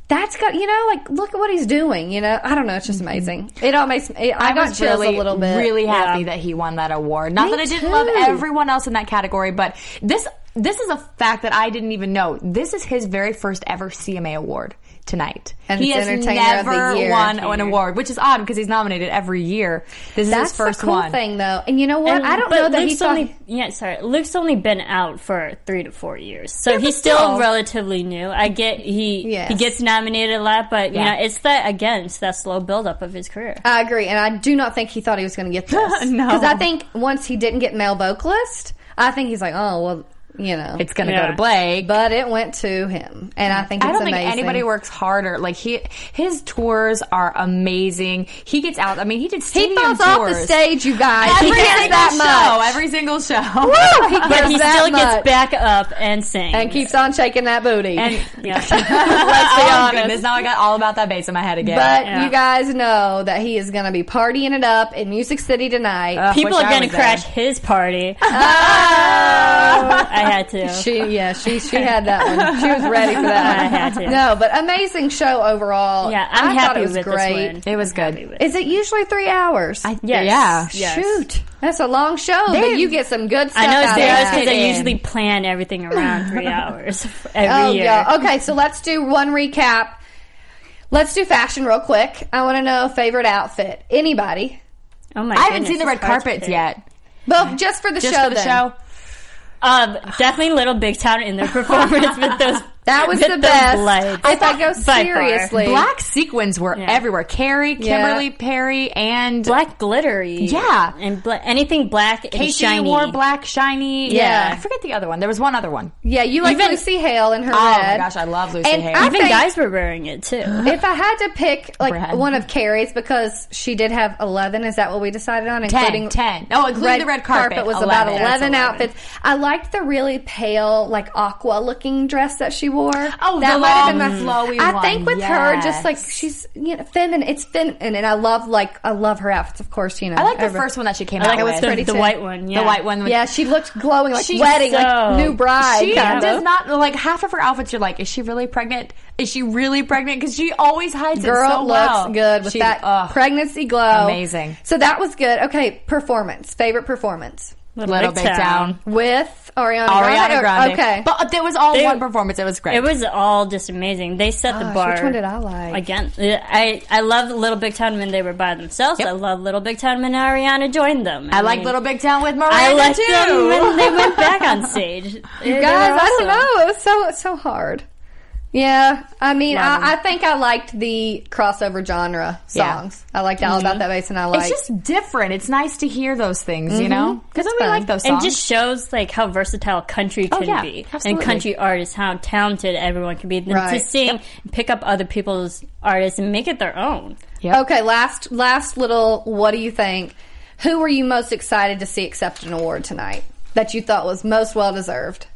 Speaker 2: that's got, you know, like, look at what he's doing, you know? I don't know. It's just amazing. It all makes me, I,
Speaker 4: <laughs> Mm-hmm. I
Speaker 2: got
Speaker 4: was
Speaker 2: chills
Speaker 4: really,
Speaker 2: a little bit.
Speaker 4: really happy that he won that award. Not
Speaker 2: Me
Speaker 4: that I didn't
Speaker 2: too.
Speaker 4: love everyone else in that category, but this this is a fact that I didn't even know. This is his very first ever CMA award tonight.
Speaker 2: And
Speaker 4: he
Speaker 2: it's
Speaker 4: has
Speaker 2: Entertainer of the
Speaker 4: never
Speaker 2: Year.
Speaker 4: won an award, which is odd because he's nominated every year. This
Speaker 2: That's
Speaker 4: is his first
Speaker 2: the cool
Speaker 4: one.
Speaker 2: thing, though. And you know what?
Speaker 3: And-
Speaker 2: I don't
Speaker 3: but
Speaker 2: know that
Speaker 3: Luke's
Speaker 2: he thought.
Speaker 3: only, yeah, sorry. Luke's only been out for three to four years, so
Speaker 2: but
Speaker 3: he's still,
Speaker 2: still.
Speaker 3: relatively new. I get he
Speaker 2: Yes.
Speaker 3: he gets nominated a lot, but
Speaker 4: Yeah.
Speaker 3: you know it's that again, it's that slow buildup of his career.
Speaker 2: I agree, and I do not think he thought he was
Speaker 4: <laughs>
Speaker 2: going to get this.
Speaker 4: No.
Speaker 2: because I think once he didn't get male vocalist, I think he's like, oh well, you know,
Speaker 4: It's going to
Speaker 3: Yeah.
Speaker 4: go to Blake.
Speaker 2: but it went to him, and I think it's
Speaker 4: I don't
Speaker 2: amazing.
Speaker 4: think anybody works harder. Like he, his tours are amazing. He gets out. I mean, he did
Speaker 2: He
Speaker 4: stadium
Speaker 2: falls
Speaker 4: tours.
Speaker 2: off the stage, you guys.
Speaker 4: Every
Speaker 2: he cares
Speaker 4: single
Speaker 2: that
Speaker 4: show.
Speaker 2: much.
Speaker 4: Every single show.
Speaker 2: Woo! He
Speaker 3: But
Speaker 2: cares
Speaker 3: he
Speaker 2: that
Speaker 3: still
Speaker 2: much.
Speaker 3: gets back up and sings
Speaker 2: and keeps on shaking that booty.
Speaker 3: And-
Speaker 2: <laughs>
Speaker 3: <laughs> yeah.
Speaker 2: <laughs> let's
Speaker 4: <laughs>
Speaker 2: be
Speaker 4: oh,
Speaker 2: honest.
Speaker 4: goodness, now I got all about that bass in my head again.
Speaker 2: But
Speaker 3: Yeah.
Speaker 2: you guys know that he is going to be partying it up in Music City tonight.
Speaker 3: People
Speaker 4: Wish
Speaker 3: are
Speaker 4: I
Speaker 3: going to
Speaker 4: was there.
Speaker 3: crash his party. <laughs> Uh, I had to.
Speaker 2: Oh. She yeah she she had that one. She was ready for that.
Speaker 3: I <laughs> had to.
Speaker 2: No, but amazing show overall.
Speaker 3: yeah,
Speaker 2: I
Speaker 3: I'm
Speaker 2: thought
Speaker 3: happy
Speaker 2: it was
Speaker 3: with
Speaker 2: great.
Speaker 3: this one.
Speaker 4: it was good.
Speaker 2: Is it usually three hours? I
Speaker 3: Yes. Yes.
Speaker 4: Yeah.
Speaker 2: Shoot, that's a long show, but you get some good stuff.
Speaker 3: I know it's
Speaker 2: out
Speaker 3: three
Speaker 2: of
Speaker 3: hours
Speaker 2: it.
Speaker 3: because I usually plan everything
Speaker 2: <laughs>
Speaker 3: around three hours <laughs> every
Speaker 2: Oh
Speaker 3: year.
Speaker 2: yeah. Okay, so let's do one recap. Let's do fashion real quick. I want to know favorite outfit. Anybody?
Speaker 3: Oh my!
Speaker 4: I haven't
Speaker 3: goodness,
Speaker 4: seen the
Speaker 3: it's
Speaker 4: red
Speaker 3: hard to
Speaker 4: carpets
Speaker 3: pick.
Speaker 4: yet.
Speaker 2: Well, just for the
Speaker 4: Just
Speaker 2: show.
Speaker 4: for the
Speaker 2: then.
Speaker 4: show.
Speaker 3: Um, definitely Little Big Town in their <laughs> performance with those.
Speaker 2: That was
Speaker 3: with
Speaker 2: the
Speaker 3: those
Speaker 2: best.
Speaker 3: Lights.
Speaker 2: If I go
Speaker 3: By far.
Speaker 2: seriously,
Speaker 4: Black sequins were everywhere. Carrie,
Speaker 2: Yeah.
Speaker 4: Kimberly, Perry, and
Speaker 3: black glittery.
Speaker 4: Yeah.
Speaker 3: and bla- anything black and
Speaker 4: Casey
Speaker 3: shiny.
Speaker 4: wore black shiny.
Speaker 2: Yeah.
Speaker 4: I forget the other one. There was one other one.
Speaker 2: yeah, you like
Speaker 3: Even-
Speaker 2: Lucy Hale and her
Speaker 4: Oh my
Speaker 2: red.
Speaker 4: gosh, I love Lucy
Speaker 2: And
Speaker 4: Hale.
Speaker 2: I
Speaker 3: Even
Speaker 2: think-
Speaker 3: guys were wearing
Speaker 2: <gasps>
Speaker 3: it too.
Speaker 2: If I had to pick like
Speaker 4: Brad.
Speaker 2: one of Carrie's because she did have eleven, is that what we decided on?
Speaker 4: Ten, ten. Oh, including the red carpet,
Speaker 2: was about
Speaker 4: 11.
Speaker 2: eleven
Speaker 4: That's
Speaker 2: outfits. I liked the really pale, like aqua looking dress that she wore.
Speaker 4: Oh,
Speaker 2: that
Speaker 4: the
Speaker 2: might have
Speaker 4: long,
Speaker 2: been my
Speaker 4: flowy
Speaker 2: I
Speaker 4: one.
Speaker 2: think with her, just
Speaker 4: Yes.
Speaker 2: like she's you know feminine. It's feminine, and I love like I love her outfits. Of course, you know.
Speaker 4: I like the
Speaker 2: every-
Speaker 4: first one that she came
Speaker 3: like the,
Speaker 4: out with.
Speaker 2: pretty
Speaker 3: the
Speaker 2: too.
Speaker 3: white one. Yeah.
Speaker 4: The white one. With
Speaker 2: Yeah, she looked glowing, like
Speaker 4: She's
Speaker 2: wedding,
Speaker 3: so-
Speaker 2: like new bride.
Speaker 4: She
Speaker 2: kind
Speaker 4: does
Speaker 2: of.
Speaker 4: not like half of her outfits. You're like, is she really pregnant? Is she really pregnant? Because she always hides
Speaker 2: Girl
Speaker 4: it so
Speaker 2: looks
Speaker 4: well.
Speaker 2: good with
Speaker 4: She-
Speaker 2: that
Speaker 4: ugh.
Speaker 2: pregnancy glow.
Speaker 4: Amazing.
Speaker 2: So that was good. Okay, performance. Favorite performance
Speaker 4: Little Big Town.
Speaker 2: with Ariana, Oh,
Speaker 4: Ariana Grande.
Speaker 2: Okay.
Speaker 4: But there was all
Speaker 3: They-
Speaker 4: one performance. It was great.
Speaker 3: It was all just amazing. They set the
Speaker 2: Gosh,
Speaker 3: bar.
Speaker 2: which one did I like?
Speaker 3: Again, I I love Little Big Town when they were by themselves. I love Little Big Town when Ariana joined them.
Speaker 4: I like Little Big Town with Miranda
Speaker 3: I liked
Speaker 4: too.
Speaker 3: them when they went back
Speaker 4: <laughs>
Speaker 3: on stage.
Speaker 2: you guys, I don't know. It was so it's so hard. Yeah, I mean, I, I think I liked the crossover genre
Speaker 4: Yeah. Mm-hmm.
Speaker 2: songs. I liked All About That Bass, and I liked.
Speaker 4: it's just different. It's nice to hear those things, you know, because we
Speaker 2: fun.
Speaker 4: like those
Speaker 3: And
Speaker 4: songs. Oh,
Speaker 3: just shows like how versatile country can
Speaker 4: yeah,
Speaker 3: be, and
Speaker 4: absolutely.
Speaker 3: country artists how talented everyone can be. And
Speaker 2: Right.
Speaker 3: To sing, and pick up other people's artists and make it their own.
Speaker 2: okay, last last little. What do you think? Who were you most excited to see accept an award tonight that you thought was most well deserved?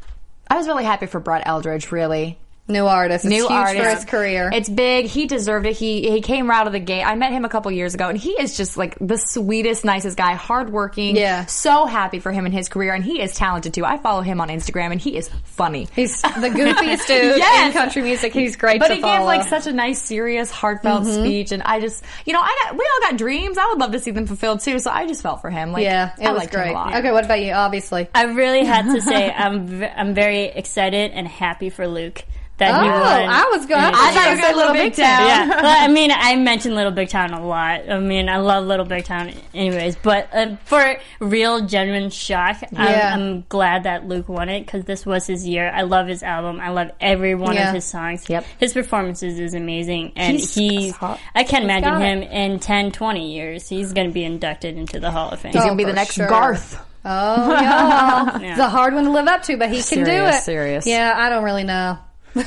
Speaker 4: I was really happy for Brett Eldridge, really.
Speaker 2: New artist. It's
Speaker 4: New
Speaker 2: huge
Speaker 4: artist.
Speaker 2: for his career.
Speaker 4: It's big. He deserved it. He he came right out of the gate. I met him a couple years ago, and he is just like the sweetest, nicest guy. Hardworking.
Speaker 2: Yeah.
Speaker 4: So happy for him and his career, and he is talented too. I follow him on Instagram, and he is funny. <laughs>
Speaker 2: He's the goofiest dude
Speaker 4: Yes.
Speaker 2: in country music. He's great
Speaker 4: But
Speaker 2: to
Speaker 4: he gave
Speaker 2: follow. Mm-hmm.
Speaker 4: like such a nice, serious, heartfelt speech, and I just, you know, I got we all got dreams. I would love to see them fulfilled too. So I just felt for him. Like,
Speaker 2: yeah, it
Speaker 4: I
Speaker 2: was
Speaker 4: liked him
Speaker 2: great.
Speaker 4: a lot.
Speaker 2: Okay, what about you? Obviously,
Speaker 3: I really had to
Speaker 2: <laughs>
Speaker 3: say I'm v- I'm very excited and happy for Luke that he
Speaker 2: Oh,
Speaker 3: won.
Speaker 2: I was gonna-
Speaker 3: an
Speaker 2: I thought you were
Speaker 3: Emmy.
Speaker 2: gonna say Little Big Town. <laughs>
Speaker 3: Yeah, well, I mean, I mentioned Little Big Town a lot. I mean, I love Little Big Town, anyways. But uh, for real, genuine shock,
Speaker 2: Yeah.
Speaker 3: I'm, I'm glad that Luke won it because this was his year. I love his album. I love every one
Speaker 2: Yeah.
Speaker 3: of his songs.
Speaker 4: Yep.
Speaker 3: his performances is amazing, and
Speaker 4: He's-
Speaker 3: he's,
Speaker 4: hot.
Speaker 3: I can't imagine
Speaker 4: got
Speaker 3: him
Speaker 4: it.
Speaker 3: in 10, 20 years. He's going to be inducted into the Hall of Fame.
Speaker 4: He's gonna be
Speaker 2: Oh,
Speaker 4: the
Speaker 2: for
Speaker 4: next
Speaker 2: sure.
Speaker 4: Garth.
Speaker 2: Oh, y'all. It's a hard one to live up to, but he can do
Speaker 4: Serious,
Speaker 2: it.
Speaker 4: serious.
Speaker 2: Yeah, I don't really know.